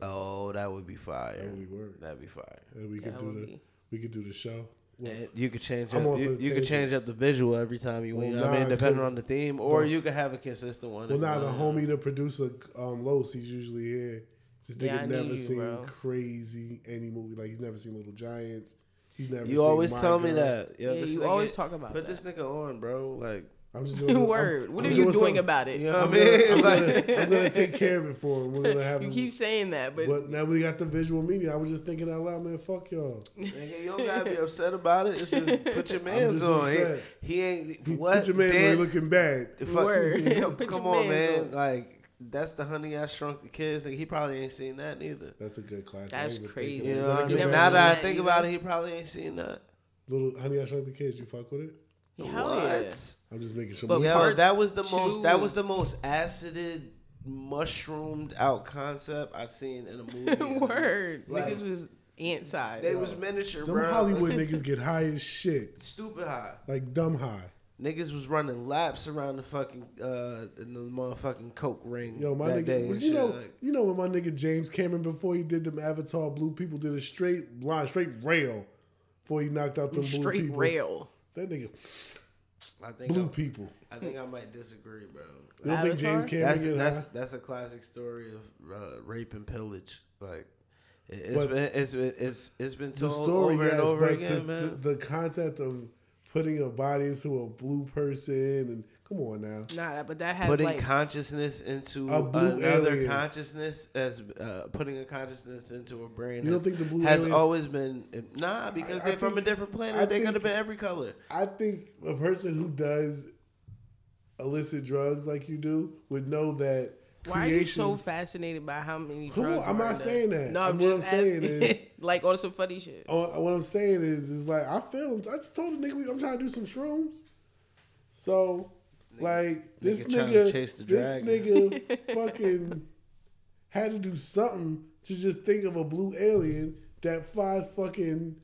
S4: Oh, that would be fire.
S3: that would work,
S4: That'd be fire.
S3: and we could
S2: That
S3: do
S2: would
S3: the
S2: be-
S3: we could do the show. Well,
S4: And you could change up.
S3: I'm on for
S4: You,
S3: the
S4: you could
S3: tangent.
S4: change up the visual every time you
S3: Well,
S4: want. you know what I mean,
S3: nah,
S4: depending
S3: 'cause-
S4: on the theme, or
S3: Nah.
S4: you could have a consistent one.
S3: well,
S4: if you
S3: now the
S4: want.
S3: homie, the producer, um, Los, he's usually here. This
S2: Yeah,
S3: nigga
S2: I knew
S3: never
S2: you,
S3: seen
S2: bro.
S3: crazy any movie. Like he's never seen Little Giants. He's never.
S4: You
S3: seen
S4: always
S3: My
S4: tell me
S3: Girl.
S4: that. Yo,
S2: Yeah,
S4: this
S2: you
S4: nigga-
S2: always talk about
S4: Put
S2: that.
S4: this nigga on, bro. Like,
S3: I'm just gonna do- I'm-
S2: Word. What
S3: I'm
S2: are you doing
S3: something-
S2: about it?
S4: you know what I
S3: I'm
S4: mean?
S3: gonna,
S4: like,
S3: I'm, gonna, I'm gonna take care of it for him. We're gonna have
S2: You
S3: him.
S2: keep saying that, but
S3: but now we got the visual media. I was just thinking out loud, man. Fuck y'all.
S4: Nigga, you don't gotta be upset about it. It's just put your man's
S3: just
S4: on. He,
S3: upset.
S4: he ain't
S3: Put
S4: what
S3: your man
S4: Dan-
S3: looking bad.
S4: the
S2: Word. Yo, put
S4: come
S2: your
S4: on, man.
S2: mans on.
S4: Like that's the honey I shrunk the kids. Like he probably ain't seen that neither.
S3: That's a good class. I
S2: That's
S3: ain't even
S2: crazy.
S3: thinking
S4: You
S3: of
S4: know
S3: it.
S4: what
S3: Look
S4: I
S3: at
S4: mean?
S2: never
S3: that.
S4: Now
S2: seen
S4: that I
S2: that
S4: think
S2: either.
S4: about it, he probably ain't seen that.
S3: Little Honey, I Shrunk the Kids. You fuck with it?
S2: hell yeah.
S4: what?
S3: I'm just making sure.
S2: But-
S3: we-
S4: Yo,
S2: Part
S4: that was the most. That
S2: two.
S4: was the most acided, mushroomed out concept I seen in a movie.
S2: Word.
S4: Like,
S2: Niggas was anti.
S4: They was miniature,
S3: Them
S4: bro.
S3: Hollywood niggas get high as shit,
S4: Stupid high.
S3: like dumb high.
S4: Niggas was running laps around the fucking uh in the motherfucking coke ring.
S3: Yo, my
S4: that
S3: nigga,
S4: day and
S3: was- you
S4: shit,
S3: know,
S4: like-
S3: you know when my nigga James Cameron before he did them Avatar blue people did a straight line, straight rail, before he knocked out them blue
S2: Straight
S3: people.
S2: rail.
S3: That nigga,
S4: I think
S3: blue
S4: I'm-
S3: people.
S4: I think I might disagree, bro.
S3: You don't think
S2: Avatar?
S3: James Cameron
S4: that's
S3: get
S4: that's
S3: high?
S4: that's a classic story of uh, rape and pillage. Like it- it's
S3: But-
S4: been it's been it's it's been
S3: The
S4: told
S3: story,
S4: over
S3: yes,
S4: and over
S3: but
S4: again,
S3: to-
S4: man.
S3: the, the concept of putting a body into a blue person and come on now,
S2: Nah, but that has
S4: putting
S2: like
S4: consciousness into
S3: A blue
S4: another
S3: alien.
S4: consciousness as uh, putting a consciousness into a brain
S3: You don't
S4: has,
S3: think the blue
S4: has
S3: alien-
S4: always been nah because
S3: I- I
S4: they're from a
S3: think-
S4: different planet.
S3: I
S4: they could have
S3: think-
S4: been every color.
S3: I think a person who does illicit drugs like you do would know that
S2: Why are you so fascinated by how many
S3: Come on,
S2: drugs?
S3: I'm
S2: were
S3: not
S2: in that?
S3: saying that.
S2: No,
S3: I'm-
S2: I'm
S3: what
S2: just
S3: I'm saying
S2: saying
S3: is-
S2: like on some funny shit.
S3: Oh, what I'm saying is, is like I feel. I just told the nigga we- I'm trying to do some shrooms. So, like this
S4: nigga trying
S3: nigga,
S4: to chase the dragon.
S3: this nigga fucking had to do something to just think of a blue alien that flies fucking.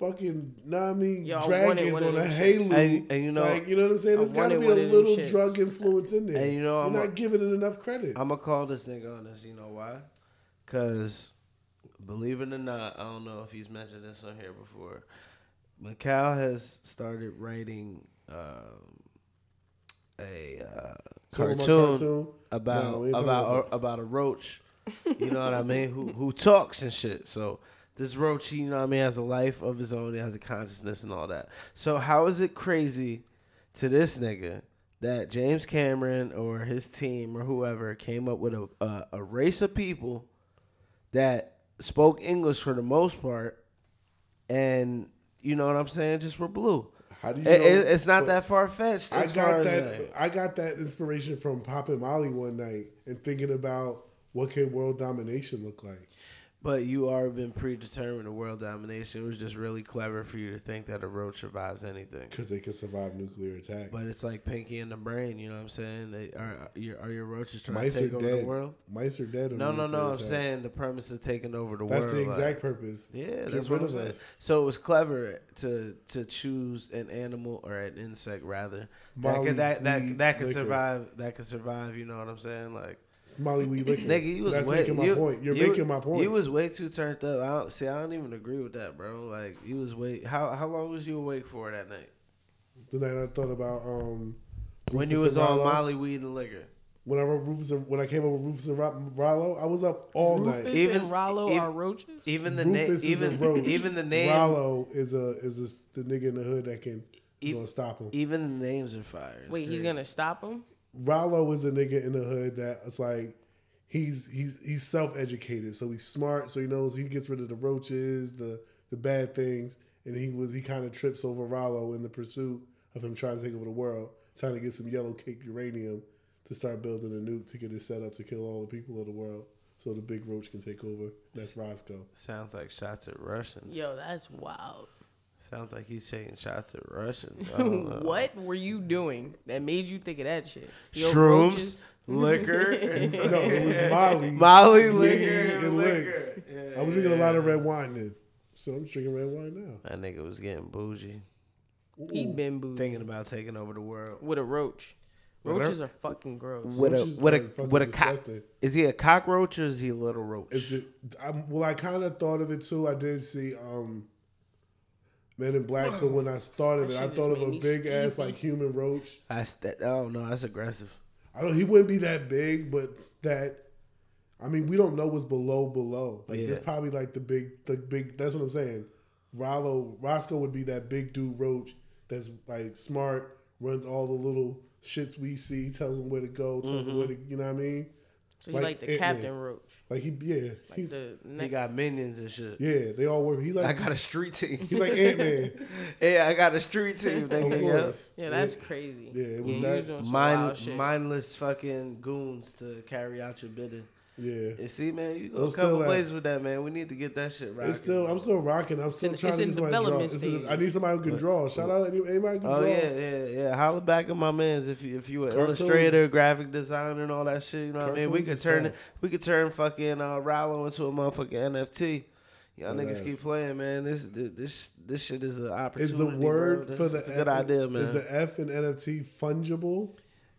S3: Fucking, know what I mean,
S2: Yo, I wanted
S3: dragons
S2: one of
S3: on a
S2: them
S3: halo.
S4: And- and you know-
S3: like, you know what I'm saying?
S2: I
S3: There's got to
S2: wanted
S3: be
S2: one
S3: a
S2: of them
S3: little
S2: shits.
S3: drug influence in there.
S4: And you know,
S3: you're
S4: I'm
S3: not
S4: a-
S3: giving it enough credit.
S4: I'm gonna call this nigga on this. You know why? Cause believe it or not, I don't know if he's mentioned this on here before. Macau has started writing um, a uh,
S3: Talking about
S4: cartoon,
S3: cartoon? No,
S4: about
S3: we ain't talking
S4: about
S3: about
S4: a, about a roach. You know what I mean? Who who talks and shit. So this roach, you know what I mean, has a life of his own. He has a consciousness and all that. So how is it crazy to this nigga that James Cameron or his team or whoever came up with a a, a race of people that spoke English for the most part, and you know what I'm saying? Just were blue.
S3: How do you
S4: It-
S3: know-
S4: it- it's not
S3: but-
S4: that far fetched.
S3: I got that. I got that inspiration from popping Molly one night and thinking about what can world domination look like.
S4: But you are been predetermined to world domination. It was just really clever for you to think that a roach survives anything.
S3: Because they can survive nuclear attack.
S4: But it's like Pinky and the Brain. You know what I'm saying? They are your are your roaches trying
S3: mice
S4: to
S3: are
S4: take over
S3: dead.
S4: the world?
S3: Mice are dead. on
S4: No,
S3: a
S4: no, no.
S3: nuclear
S4: I'm
S3: attack.
S4: saying the premise of taking over the
S3: that's
S4: world.
S3: the
S4: like-
S3: exact purpose.
S4: yeah,
S3: Get
S4: that's
S3: rid
S4: what I'm
S3: of
S4: saying.
S3: us.
S4: So it was clever to to choose an animal or an insect rather that
S3: Molly,
S4: could that that,
S3: weed,
S4: that could
S3: liquor.
S4: survive that could survive. You know what I'm saying? Like
S3: It's Molly we liquor.
S4: Nigga, you was
S3: that's
S4: way,
S3: making my
S4: you-
S3: point. You're
S4: you-
S3: making my point.
S4: You was way too turned up. I don't, see. I don't even agree with that, bro. Like you was way. How how long was you awake for that night?
S3: the night I thought about um
S4: When
S3: Rufus
S4: you was
S3: and
S4: on
S3: Rallo.
S4: Molly weed and liquor.
S3: When I wrote Rufus and, when I came up with Rufus and Ro- Rollo, I was up all
S2: Rufus
S3: night.
S4: Even-
S2: and Rollo
S4: even-
S2: are roaches.
S4: Even the name.
S3: Rufus is a
S4: Even
S3: roach.
S4: even the name. E-,
S3: Rollo is a is a, the nigga in the hood that can is
S4: Ev-
S3: gonna stop him.
S4: Even the names are fire. It's
S2: Wait, he's
S4: crazy.
S2: gonna stop him.
S3: Rollo is a nigga in the hood that it's like he's he's he's self educated, so he's smart, so he knows he gets rid of the roaches, the the bad things, and he was he kind of trips over Rollo in the pursuit of him trying to take over the world, trying to get some yellow cake uranium to start building a nuke to get it set up to kill all the people of the world, so the big roach can take over. That's Roscoe.
S4: Sounds like shots at Russians.
S2: Yo, that's wild.
S4: Sounds like he's taking shots at Russians. Oh. I don't know.
S2: What were you doing that made you think of that shit? Yo,
S4: Shrooms,
S2: roaches-
S4: liquor,
S3: No, it was Molly.
S4: Molly,
S3: weed,
S4: liquor,
S3: and
S4: liquor.
S3: licks.
S4: Yeah,
S3: I was drinking a lot of red wine then, so I'm drinking red wine now.
S4: That nigga was getting bougie,
S2: He'd been booed
S4: thinking about taking over the world.
S2: with a roach.
S4: With a-
S2: Roaches are fucking gross.
S4: With
S3: Roaches
S4: a with
S3: are
S4: a
S3: fucking
S4: with a cock.
S3: disgusting.
S4: Is he a cockroach or is he a little roach?
S3: Is it, i well, I kind of thought of it too. I did see um, Men in Black, so when I started it, I
S2: shit
S3: thought
S2: just
S3: of
S2: made
S3: a
S2: me
S3: big ass like human roach.
S4: I st- oh no, that's aggressive.
S3: I don't. He wouldn't be that big, but that. I mean, we don't know what's below below. Like
S4: Yeah.
S3: it's probably like the big, the big. That's what I'm saying. Rollo Roscoe would be that big dude roach that's like smart, runs all the little shits we see, tells them where to go, tells them where to. You know what I mean?
S2: Mm-hmm. So he's like,
S3: like
S2: the
S3: Ant-Man.
S2: captain roach.
S3: Like he, yeah,
S2: Like
S3: he's,
S2: the
S4: He
S2: neck.
S4: got minions and shit.
S3: yeah. They all work. He
S4: I
S3: like
S4: got a street team.
S3: he's like Ant Man.
S4: yeah, I got a street team.
S3: Of
S4: Nigga. yeah.
S3: course.
S2: yeah, that's crazy.
S3: Yeah, it was
S2: he
S3: that-
S2: was doing some wild
S4: Mind,
S2: shit.
S4: mindless fucking goons to carry out your bidding.
S3: Yeah.
S4: You see, man, you go a
S3: Those
S4: couple
S3: still, uh,
S4: places with that, man. We need to get that shit right.
S3: It's still, I'm still rocking. I'm still
S2: in-
S3: trying
S2: it's
S3: to
S2: in
S3: get somebody to draw.
S2: development
S3: It's in-
S2: stage.
S3: I need somebody who can draw. Shout out any- anybody who can
S4: Oh
S3: draw.
S4: yeah, yeah, yeah. Holler back at my man's if you if you an
S3: Cartoon.
S4: illustrator, graphic designer, and all that shit. You know what I mean? We
S3: Cartoons
S4: could
S3: is
S4: turn
S3: tough.
S4: we could turn fucking uh, Rallo into a motherfucking NFT. Y'all
S3: That
S4: niggas
S3: ass.
S4: keep playing, man. This this this shit is an opportunity.
S3: Is the word
S4: bro.
S3: for the
S4: It's a good
S3: F-
S4: idea, man?
S3: Is the F in NFT fungible?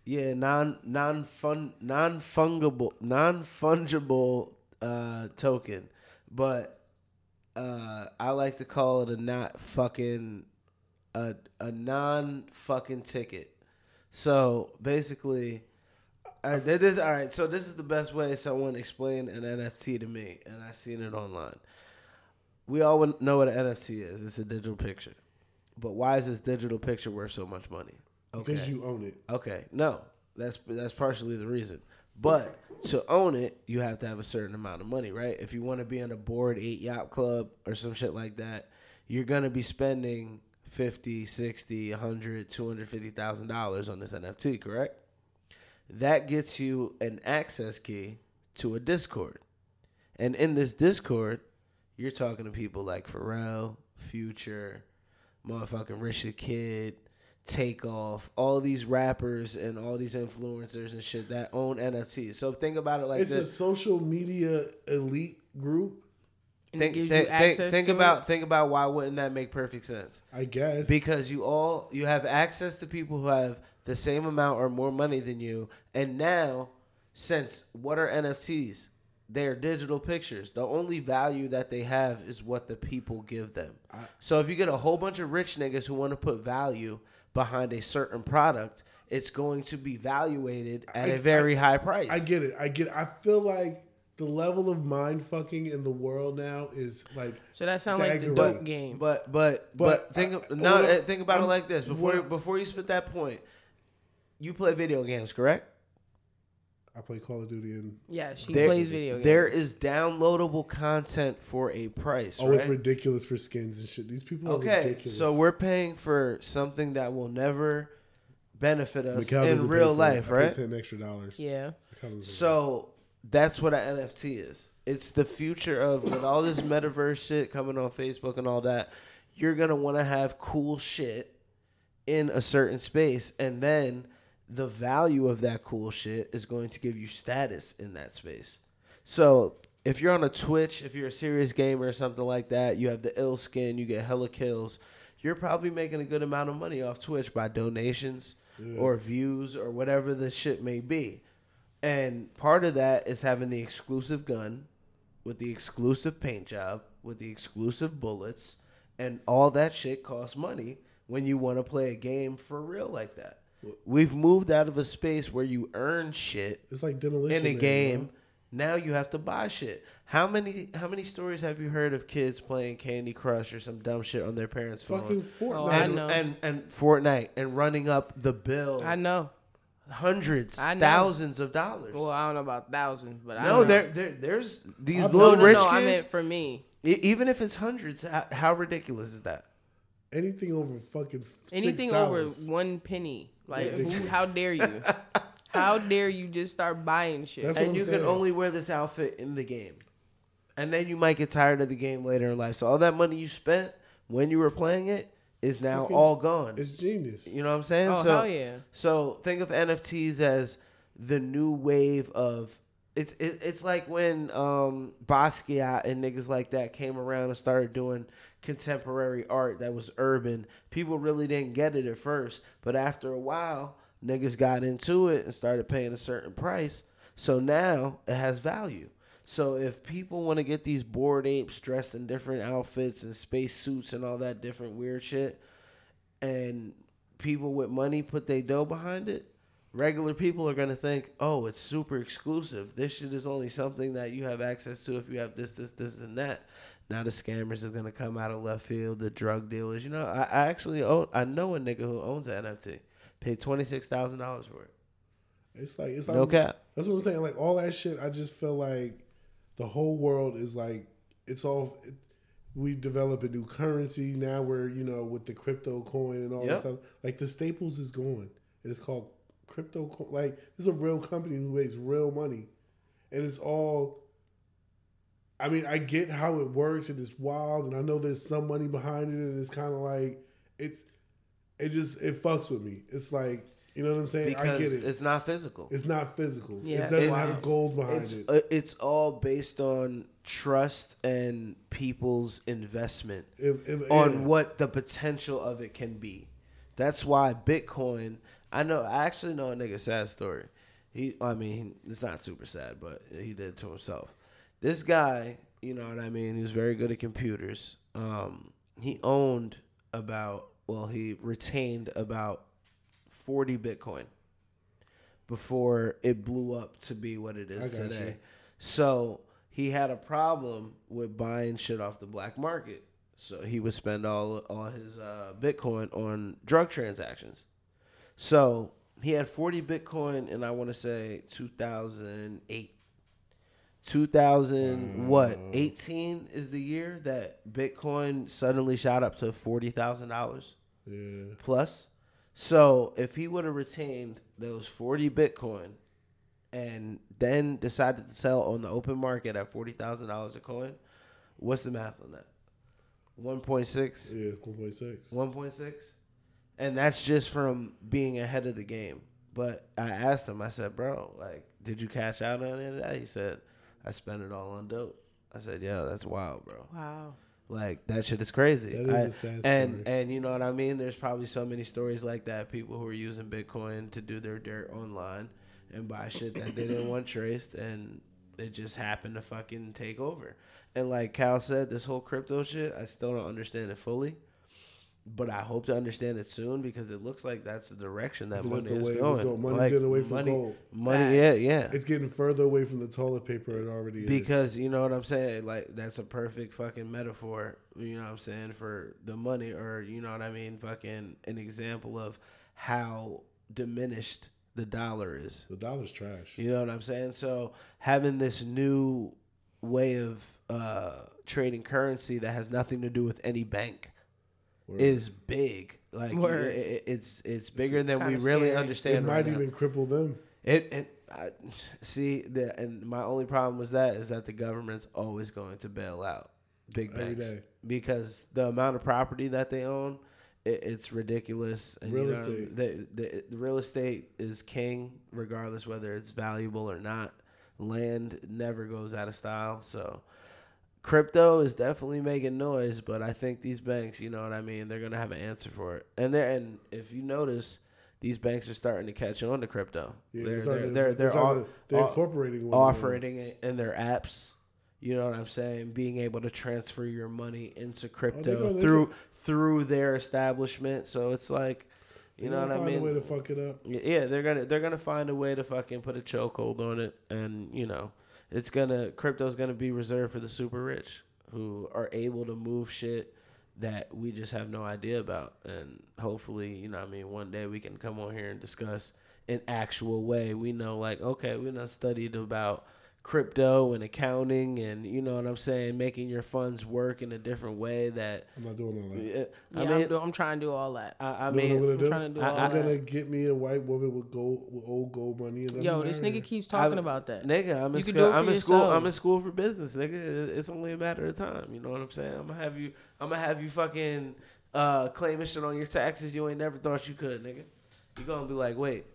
S4: Yeah, non non fun non fungible non fungible uh, token, but uh, I like to call it a not fucking a a non fucking ticket. So basically, uh, that is all right. So this is the best way someone explained an NFT to me, and I've seen it online. We all would know what an NFT is. It's a digital picture, but why is this digital picture worth so much money?
S3: Because you own it.
S4: Okay, no, that's that's partially the reason. But to own it, you have to have a certain amount of money, right? If you want to be in a board eight yacht club or some shit like that, you're gonna be spending 50, 60, 100, 250,000 dollars on this NFT, correct? That gets you an access key to a Discord. And in this Discord, you're talking to people like Pharrell, Future, motherfucking Richard Kidd, Takeoff, all these rappers and all these influencers and shit that own NFTs. So think about it like
S3: It's a
S4: this.
S3: social media elite group,
S2: And it
S4: Think,
S2: gives
S4: think,
S2: you
S4: think,
S2: access
S4: think
S2: to it?
S4: about think about why wouldn't that make perfect sense?
S3: I guess.
S4: Because you all you have access to people who have the same amount or more money than you, and now since what are NFTs? They are digital pictures. The only value that they have is what the people give them. so if you get a whole bunch of rich niggas who want to put value behind a certain product, it's going to be valuated at
S3: I-
S4: a very
S3: I-
S4: high price.
S3: I get it. I get. I feel like the level of mind fucking in the world now is like.
S2: So that sounds like the
S3: staggering.
S2: dope game.
S4: But but but,
S3: But
S4: think
S3: I-
S4: of-
S3: I-
S4: now,
S3: what I-
S4: uh, think about it
S3: I'm-
S4: like this before
S3: what I-
S4: before you spit that point. You play video games, correct?
S3: I play Call of Duty and
S2: yeah, she
S4: There-
S2: plays video games.
S4: There is downloadable content for a price.
S3: oh, it's
S4: right?
S3: ridiculous for skins and shit. These people are
S4: okay,
S3: ridiculous.
S4: so we're paying for something that will never benefit us
S3: Macau doesn't
S4: in
S3: pay
S4: real
S3: for it.
S4: life,
S3: I pay
S4: right?
S3: Ten extra dollars.
S2: yeah.
S3: Macau doesn't pay for
S4: So that's what an NFT is. It's the future of with all this metaverse shit coming on Facebook and all that. You're gonna want to have cool shit in a certain space, and then the value of that cool shit is going to give you status in that space. So if you're on a Twitch, if you're a serious gamer or something like that, you have the ill skin, you get hella kills. You're probably making a good amount of money off Twitch by donations or views or whatever the shit may be. And part of that is having the exclusive gun with the exclusive paint job, with the exclusive bullets, and all that shit costs money when you want to play a game for real like that. We've moved out of a space where you earn shit
S3: it. It's like demolition
S4: in a
S3: Man,
S4: game. Now you have to buy shit. How many how many stories have you heard of kids playing Candy Crush or some dumb shit on their parents'
S3: bro.
S4: phone?
S3: Fucking Fortnite.
S2: Oh, I
S4: and,
S2: know.
S4: and and Fortnite and running up the bill
S2: I know.
S4: hundreds,
S2: I know.
S4: thousands of dollars.
S2: Well, I don't know about thousands, but I
S4: No,
S2: know.
S4: there, there, there's these
S3: I've
S4: little
S2: no, no,
S4: rich
S2: no, I
S4: kids.
S2: meant for me.
S4: E- even if it's hundreds, how, how ridiculous is that?
S3: anything over fucking
S2: Anything over
S3: $6.
S2: one penny. Like, who,
S3: Ridiculous.
S2: how dare you? how dare you just start buying shit?
S3: That's
S2: Like,
S4: and
S3: what
S4: you
S3: I'm
S4: can
S3: saying.
S4: only wear this outfit in the game. And then you might get tired of the game later in life. So all that money you spent when you were playing it is now
S3: fucking-
S4: all gone.
S3: It's genius.
S4: You know what I'm saying?
S2: Oh,
S4: so,
S2: hell yeah.
S4: So think of NFTs as the new wave of it's it, it's like when um Basquiat and niggas like that came around and started doing contemporary art that was urban. People really didn't get it at first, but after a while, niggas got into it and started paying a certain price. So now it has value. So if people want to get these bored apes dressed in different outfits and space suits and all that different weird shit, and people with money put their dough behind it, regular people are gonna think, oh, it's super exclusive. This shit is only something that you have access to if you have this, this, this, and that. Now the scammers are gonna come out of left field. The drug dealers, you know, I, I actually own, I know a nigga who owns an NFT, paid twenty six thousand dollars for it.
S3: It's like it's like
S4: No cap.
S3: That's what I'm saying. Like all that shit, I just feel like the whole world is like it's all. It, we develop a new currency now. We're you know with the crypto coin and all
S4: Yep.
S3: that stuff. Like the staples is going. And it's called crypto. Co- like this is a real company who makes real money, and it's all. I mean, I get how it works, and it's wild, and I know there's some money behind it, and it's kind of like it's. It just it fucks with me. It's like you know what I'm saying.
S4: Because
S3: I get it.
S4: it's not physical.
S3: It's not physical.
S2: Yeah,
S3: it doesn't
S4: it's-
S3: have gold behind
S4: it's,
S3: it.
S4: uh, it's all based on trust and people's investment
S3: If- if-
S4: on
S3: yeah.
S4: what the potential of it can be. That's why Bitcoin. I know. I actually know a nigga sad story. He, I mean, it's not super sad, but he did it to himself. This guy, you know what I mean. He was very good at computers. Um, he owned about, well, he retained about forty Bitcoin before it blew up to be what it
S3: I
S4: is
S3: got you.
S4: today. So he had a problem with buying shit off the black market. So he would spend all all his uh, Bitcoin on drug transactions. So he had 40 Bitcoin in I want to say 2008. 2000 what 18 is the year that Bitcoin suddenly shot up to forty thousand dollars
S3: Yeah.
S4: plus. So if he would have retained those 40 Bitcoin and then decided to sell on the open market at $40,000 a coin, what's the math on that? 1.6?
S3: Yeah, 1.6.
S4: 1.6? And that's just from being ahead of the game. But I asked him, I said, bro, like, did you cash out on any of that? He said, I spent it all on dope. I said, yo, that's wild, bro.
S2: Wow.
S4: Like that shit is crazy.
S3: That is
S4: I-
S3: a sad
S4: and
S3: story.
S4: and you know what I mean. There's probably so many stories like that. People who are using Bitcoin to do their dirt online and buy shit that they didn't want traced, and it just happened to fucking take over. And like Cal said, this whole crypto shit, I still don't understand it fully, but I hope to understand it soon because it looks like that's the direction that
S3: That's
S4: money
S3: the way
S4: is
S3: it was
S4: going.
S3: going. Money's
S4: Like,
S3: getting away from
S4: money,
S3: gold.
S4: Money, yeah, yeah.
S3: It's getting further away from the toilet paper it already is.
S4: Because you know what I'm saying? Like that's a perfect fucking metaphor, you know what I'm saying, for the money or you know what I mean, fucking an example of how diminished the dollar is.
S3: the dollar's trash.
S4: You know what I'm saying? So having this new way of uh trading currency that has nothing to do with any bank
S3: Word.
S4: is big. Like i-
S2: Word.
S4: i- it's it's bigger than we
S2: kinda
S4: really
S2: scary.
S4: understand.
S3: it
S4: right
S3: might
S4: now.
S3: even cripple them.
S4: It and I, see the and my only problem was that is that the government's always going to bail out big
S3: Every
S4: banks
S3: day.
S4: because the amount of property that they own, it, it's ridiculous. And
S3: Real
S4: you know,
S3: estate.
S4: the, the, the real estate is king, regardless whether it's valuable or not. Land never goes out of style, so crypto is definitely making noise, but I think these banks, you know what I mean, they're gonna have an answer for it. And they're and if you notice, these banks are starting to catch on to crypto.
S3: Yeah,
S4: they're,
S3: starting
S4: they're,
S3: to-
S4: they're, they're,
S3: starting
S4: off-
S3: to- they're
S4: off-
S3: incorporating one
S4: offering it in their apps. You know what I'm saying? Being able to transfer your money into crypto
S3: gonna- Oh, they
S4: through
S3: gonna-
S4: through their establishment. So it's like, you
S3: They're
S4: know
S3: gonna
S4: what I
S3: find
S4: mean?
S3: a way to fuck it up.
S4: Yeah, they're gonna they're gonna find a way to fucking put a chokehold on it, and you know, it's gonna crypto's gonna be reserved for the super rich who are able to move shit that we just have no idea about, and hopefully, you know, what I mean, one day we can come on here and discuss in actual way. We know, like, okay, we done studied about crypto and accounting and you know what I'm saying, making your funds work in a different way that
S3: I'm not doing all that.
S2: Yeah,
S4: I
S2: I
S4: mean
S2: am do- I'm trying to do all that.
S4: I, I
S3: You know what
S4: mean
S3: I'm
S2: I'm
S3: gonna do?
S2: trying to do
S4: I-
S2: all
S4: I
S3: I'm
S2: that.
S3: gonna get me a white woman with gold, with old gold money. And I'm
S2: Yo, this
S3: marrying
S2: nigga
S3: her.
S2: keeps talking about that.
S4: Nigga, I'm in
S2: You can do
S4: school.
S2: it for
S4: I'm in school.
S2: yourself.
S4: I'm in school for business, nigga. It- It's only a matter of time. You know what I'm saying? I'm gonna have you. I'm gonna have you fucking uh, claiming shit on your taxes you ain't never thought you could, nigga. You gonna be like, wait,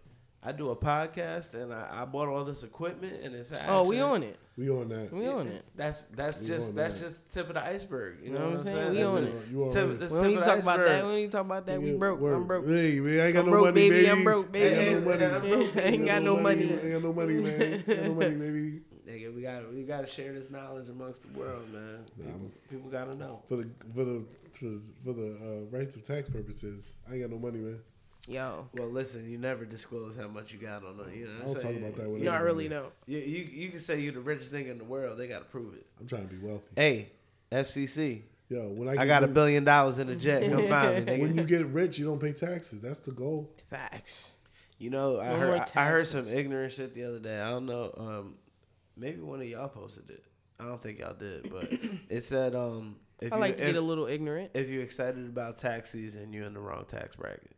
S4: I do a podcast and I, I bought all this equipment and it's.
S2: Oh, we
S4: actually-
S2: on it.
S3: We on that.
S2: We on it.
S4: That's that's
S3: We
S4: just
S3: on
S4: that's
S3: that.
S4: just tip of the iceberg. You know, what I'm saying?
S2: We
S4: That's
S2: on
S4: it.
S3: it. You
S4: It's
S3: on
S4: tip-
S3: it.
S4: that's
S2: We don't
S4: tip
S2: need
S4: of
S2: to
S4: the
S2: talk about that.
S4: iceberg.
S2: We don't need to talk about that. We
S3: Nigga,
S2: broke.
S3: work.
S2: I'm broke.
S3: Hey, man, I ain't got
S2: I'm
S3: no
S2: broke,
S3: money,
S2: baby.
S3: baby.
S2: I'm broke,
S3: Ain't
S4: baby.
S3: got no money.
S2: Ain't
S4: I'm broke, baby.
S2: got no money.
S3: Ain't got no money, man. Ain't got no money, baby.
S4: Nigga, we got we got to share this knowledge amongst the world, man. People, people gotta know.
S3: For the for the for the, for the uh, rights of tax purposes, I ain't got no money, man.
S2: Yo,
S4: Well, listen, you never disclose how much you got on the. You know,
S3: I don't
S4: so
S3: talk
S4: you-
S3: about that with
S2: not
S3: everybody.
S2: really no.
S4: You, you you can say you're the richest nigga in the world. They gotta prove it.
S3: I'm trying to be wealthy.
S4: Hey, FCC,
S3: Yo, when I,
S4: I
S3: get
S4: got a
S3: rich-
S4: billion dollars in a jet. Come find me,
S3: When
S4: nigga.
S3: you get rich, you don't pay taxes. That's the goal.
S2: Facts.
S4: You know, I
S2: No
S4: heard
S2: more
S4: I heard
S2: taxes.
S4: some ignorant shit the other day. I don't know. Um, maybe one of y'all posted it. I don't think y'all did, but it said um, if
S2: I
S4: you
S2: like to
S4: if,
S2: get a little ignorant.
S4: if you're excited about tax season, you're in the wrong tax bracket.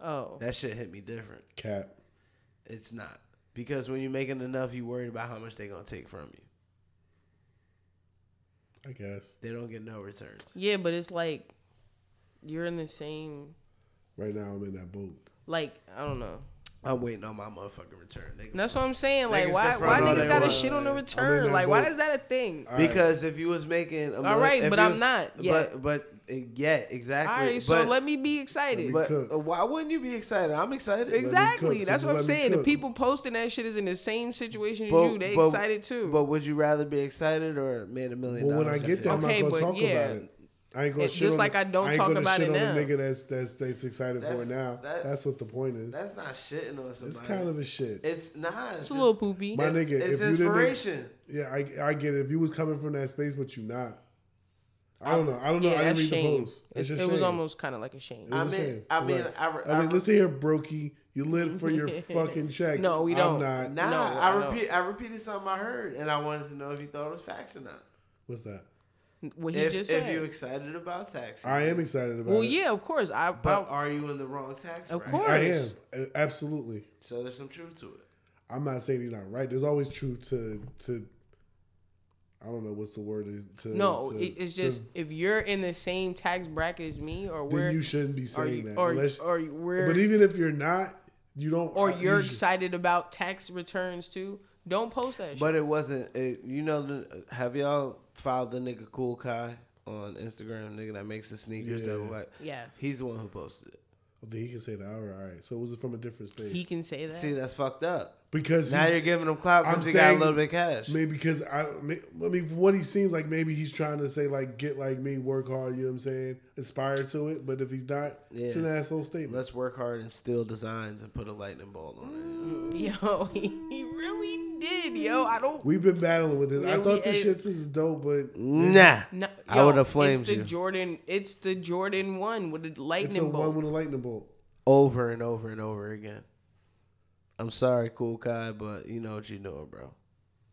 S2: Oh,
S4: That shit hit me different.
S3: Cap.
S4: It's not because when you're making enough, you worried about how much they gonna take from you.
S3: I guess.
S4: They don't get no returns.
S2: yeah, but it's like you're in the same.
S3: Right now, I'm in that boat.
S2: Like I don't know.
S4: I'm waiting on my motherfucking return. Nigga.
S2: That's what I'm saying. Like
S4: Niggas
S2: why?
S4: can
S2: Why
S4: front all
S2: niggas
S4: they
S2: gotta
S4: want.
S2: shit on the
S4: I'm in
S2: return?
S3: that
S2: Like why
S3: boat.
S2: is that a thing?
S3: All right.
S4: Because if you was making, a
S2: All right,
S4: if
S2: but
S4: you
S2: I'm
S4: was-
S2: not yet.
S4: But but uh, yeah, exactly.
S2: All right, so
S4: but,
S2: let me be excited.
S4: But
S3: cook.
S4: uh, why wouldn't you be excited? I'm excited.
S2: Exactly.
S3: cook, so
S2: That's
S3: just
S2: what I'm
S3: let me
S2: saying. The
S3: cook.
S2: people posting that shit is in the same situation as
S4: But-
S2: you. They
S4: but-
S2: excited too.
S4: But would you rather be excited or made a million?
S3: Well, when I
S4: dollars
S3: get
S4: this
S3: there, I'm
S4: year?
S2: Okay,
S3: not
S2: but
S3: gonna talk
S2: yeah.
S3: about it. I ain't gonna
S2: It's
S3: shit
S2: just
S3: on
S2: like
S3: the-
S2: I don't
S3: ain't
S2: talk
S3: gonna
S2: about it
S3: shit on
S2: now.
S3: the nigga that's that's that's excited for
S4: That's-
S3: it now.
S4: that-
S3: that's what the point is.
S4: that's not shitting on somebody.
S3: It's kind of a shit.
S4: It's not.
S2: it's a little poopy.
S3: My nigga,
S4: it's
S3: if you didn't,
S4: inspiration.
S3: yeah, I I get it. If you was coming from that space, but you not, I don't know. I don't know. I
S2: yeah, that's
S3: didn't read the
S2: shame.
S3: post.
S2: It's-
S3: It's just
S2: it was
S3: shame.
S2: almost kind of like a shame.
S3: It was
S4: I
S3: a
S4: mean-
S3: shame.
S4: I mean,
S3: Right.
S4: I-
S3: I
S4: I-
S3: mean, listen here, brokey. You live for your fucking check.
S2: No, we don't.
S3: I'm not.
S4: Nah,
S2: No,
S4: I,
S2: I don't.
S4: repeat. I repeated something I heard, and I wanted to know if you thought it was fact or not.
S3: What's that?
S2: What he
S4: If,
S2: just
S4: if
S2: said.
S4: you excited about taxes,
S3: I am excited about
S2: well,
S3: it.
S2: yeah, of course. I,
S4: But
S2: I
S4: are you in the wrong tax
S2: Of
S4: bracket?
S2: course.
S3: I am A- absolutely.
S4: So there's some truth to it.
S3: I'm not saying he's not right. There's always truth to to. I don't know what's the word is- to.
S2: no.
S3: to-
S2: it- it's
S3: to-
S2: just if you're in the same tax bracket as me, or
S3: then
S2: we're
S3: you shouldn't be
S2: or,
S3: saying that.
S2: or,
S3: unless,
S2: or we're
S3: but even if you're not, you don't.
S2: or
S3: uh, you
S2: you're
S3: should-
S2: excited about tax returns too. Don't post that. shit.
S4: But it wasn't. It, you know, the- have y'all followed the nigga Cool Kai on Instagram? Nigga that makes the sneakers that
S3: Yeah.
S4: look like.
S2: Yeah.
S4: He's the one who posted it.
S3: Oh, Then he can say that. All right, all right. So was it from a different space?
S2: He can say that.
S4: See, that's fucked up.
S3: because
S4: Now
S3: he's-
S4: you're giving him clout
S3: I'm
S4: because he got a
S3: saying-
S4: little bit of cash.
S3: Maybe because I, may- I mean, from what he seems like, maybe he's trying to say like, get like me, work hard. You know what I'm saying? Aspire to it. But if he's not, it's
S4: Yeah.
S3: an asshole statement.
S4: Let's work hard and steal designs and put a lightning bolt on
S2: Yo, he, he really did. Yo, I don't.
S3: We've been battling with this.
S2: Yeah,
S3: I
S2: we
S3: thought this
S2: ate-
S3: shit was dope, but
S4: it. Nah.
S2: No,
S4: I
S2: yo,
S4: would have flamed
S2: it's the
S4: you
S2: Jordan. It's the Jordan one with the
S3: it's a
S2: lightning
S3: one
S2: bolt.
S3: with a lightning bolt.
S4: over and over and over again. I'm sorry, Cool Kai, but you know what you're doing, bro.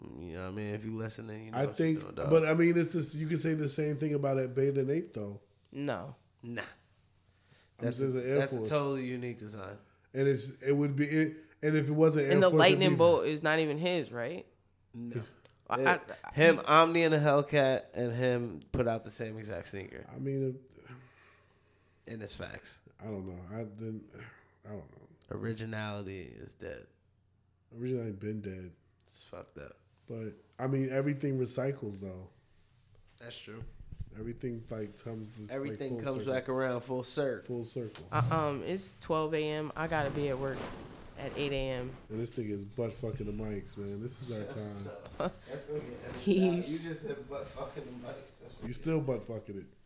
S4: You know what I mean? If you listening, you know
S3: I
S4: what
S3: think,
S4: you're doing, dog.
S3: but I mean, it's just you can say the same thing about that bathing ape though,
S2: No,
S4: Nah.
S3: I'm
S4: That's,
S3: just an Air
S4: that's a
S3: Force.
S4: totally unique design.
S3: and it's it would be it, and if it wasn't Air
S2: and the
S3: Force, it'd
S2: lightning
S3: be-
S2: bolt is not even his, right?
S4: No.
S2: I-
S4: It-
S2: I-
S4: him, Omni, and the Hellcat, and him put out the same exact sneaker,
S3: I mean,
S4: and it's facts.
S3: I don't know. I didn't. I don't know.
S4: Originality is dead.
S3: Originally, I'd been dead,
S4: It's fucked up.
S3: but I mean, everything recycles though.
S4: That's true.
S3: Everything like comes. like,
S4: Everything
S3: full
S4: comes
S3: circle.
S4: back around full circle.
S3: Full circle.
S2: Uh, um, it's 12 a.m. I gotta be at work at 8 a.m.
S3: And this thing is butt fucking the mics, man. This is our time.
S4: That's gonna get
S2: He's-
S4: just said butt fucking the mics.
S3: You still butt fucking it.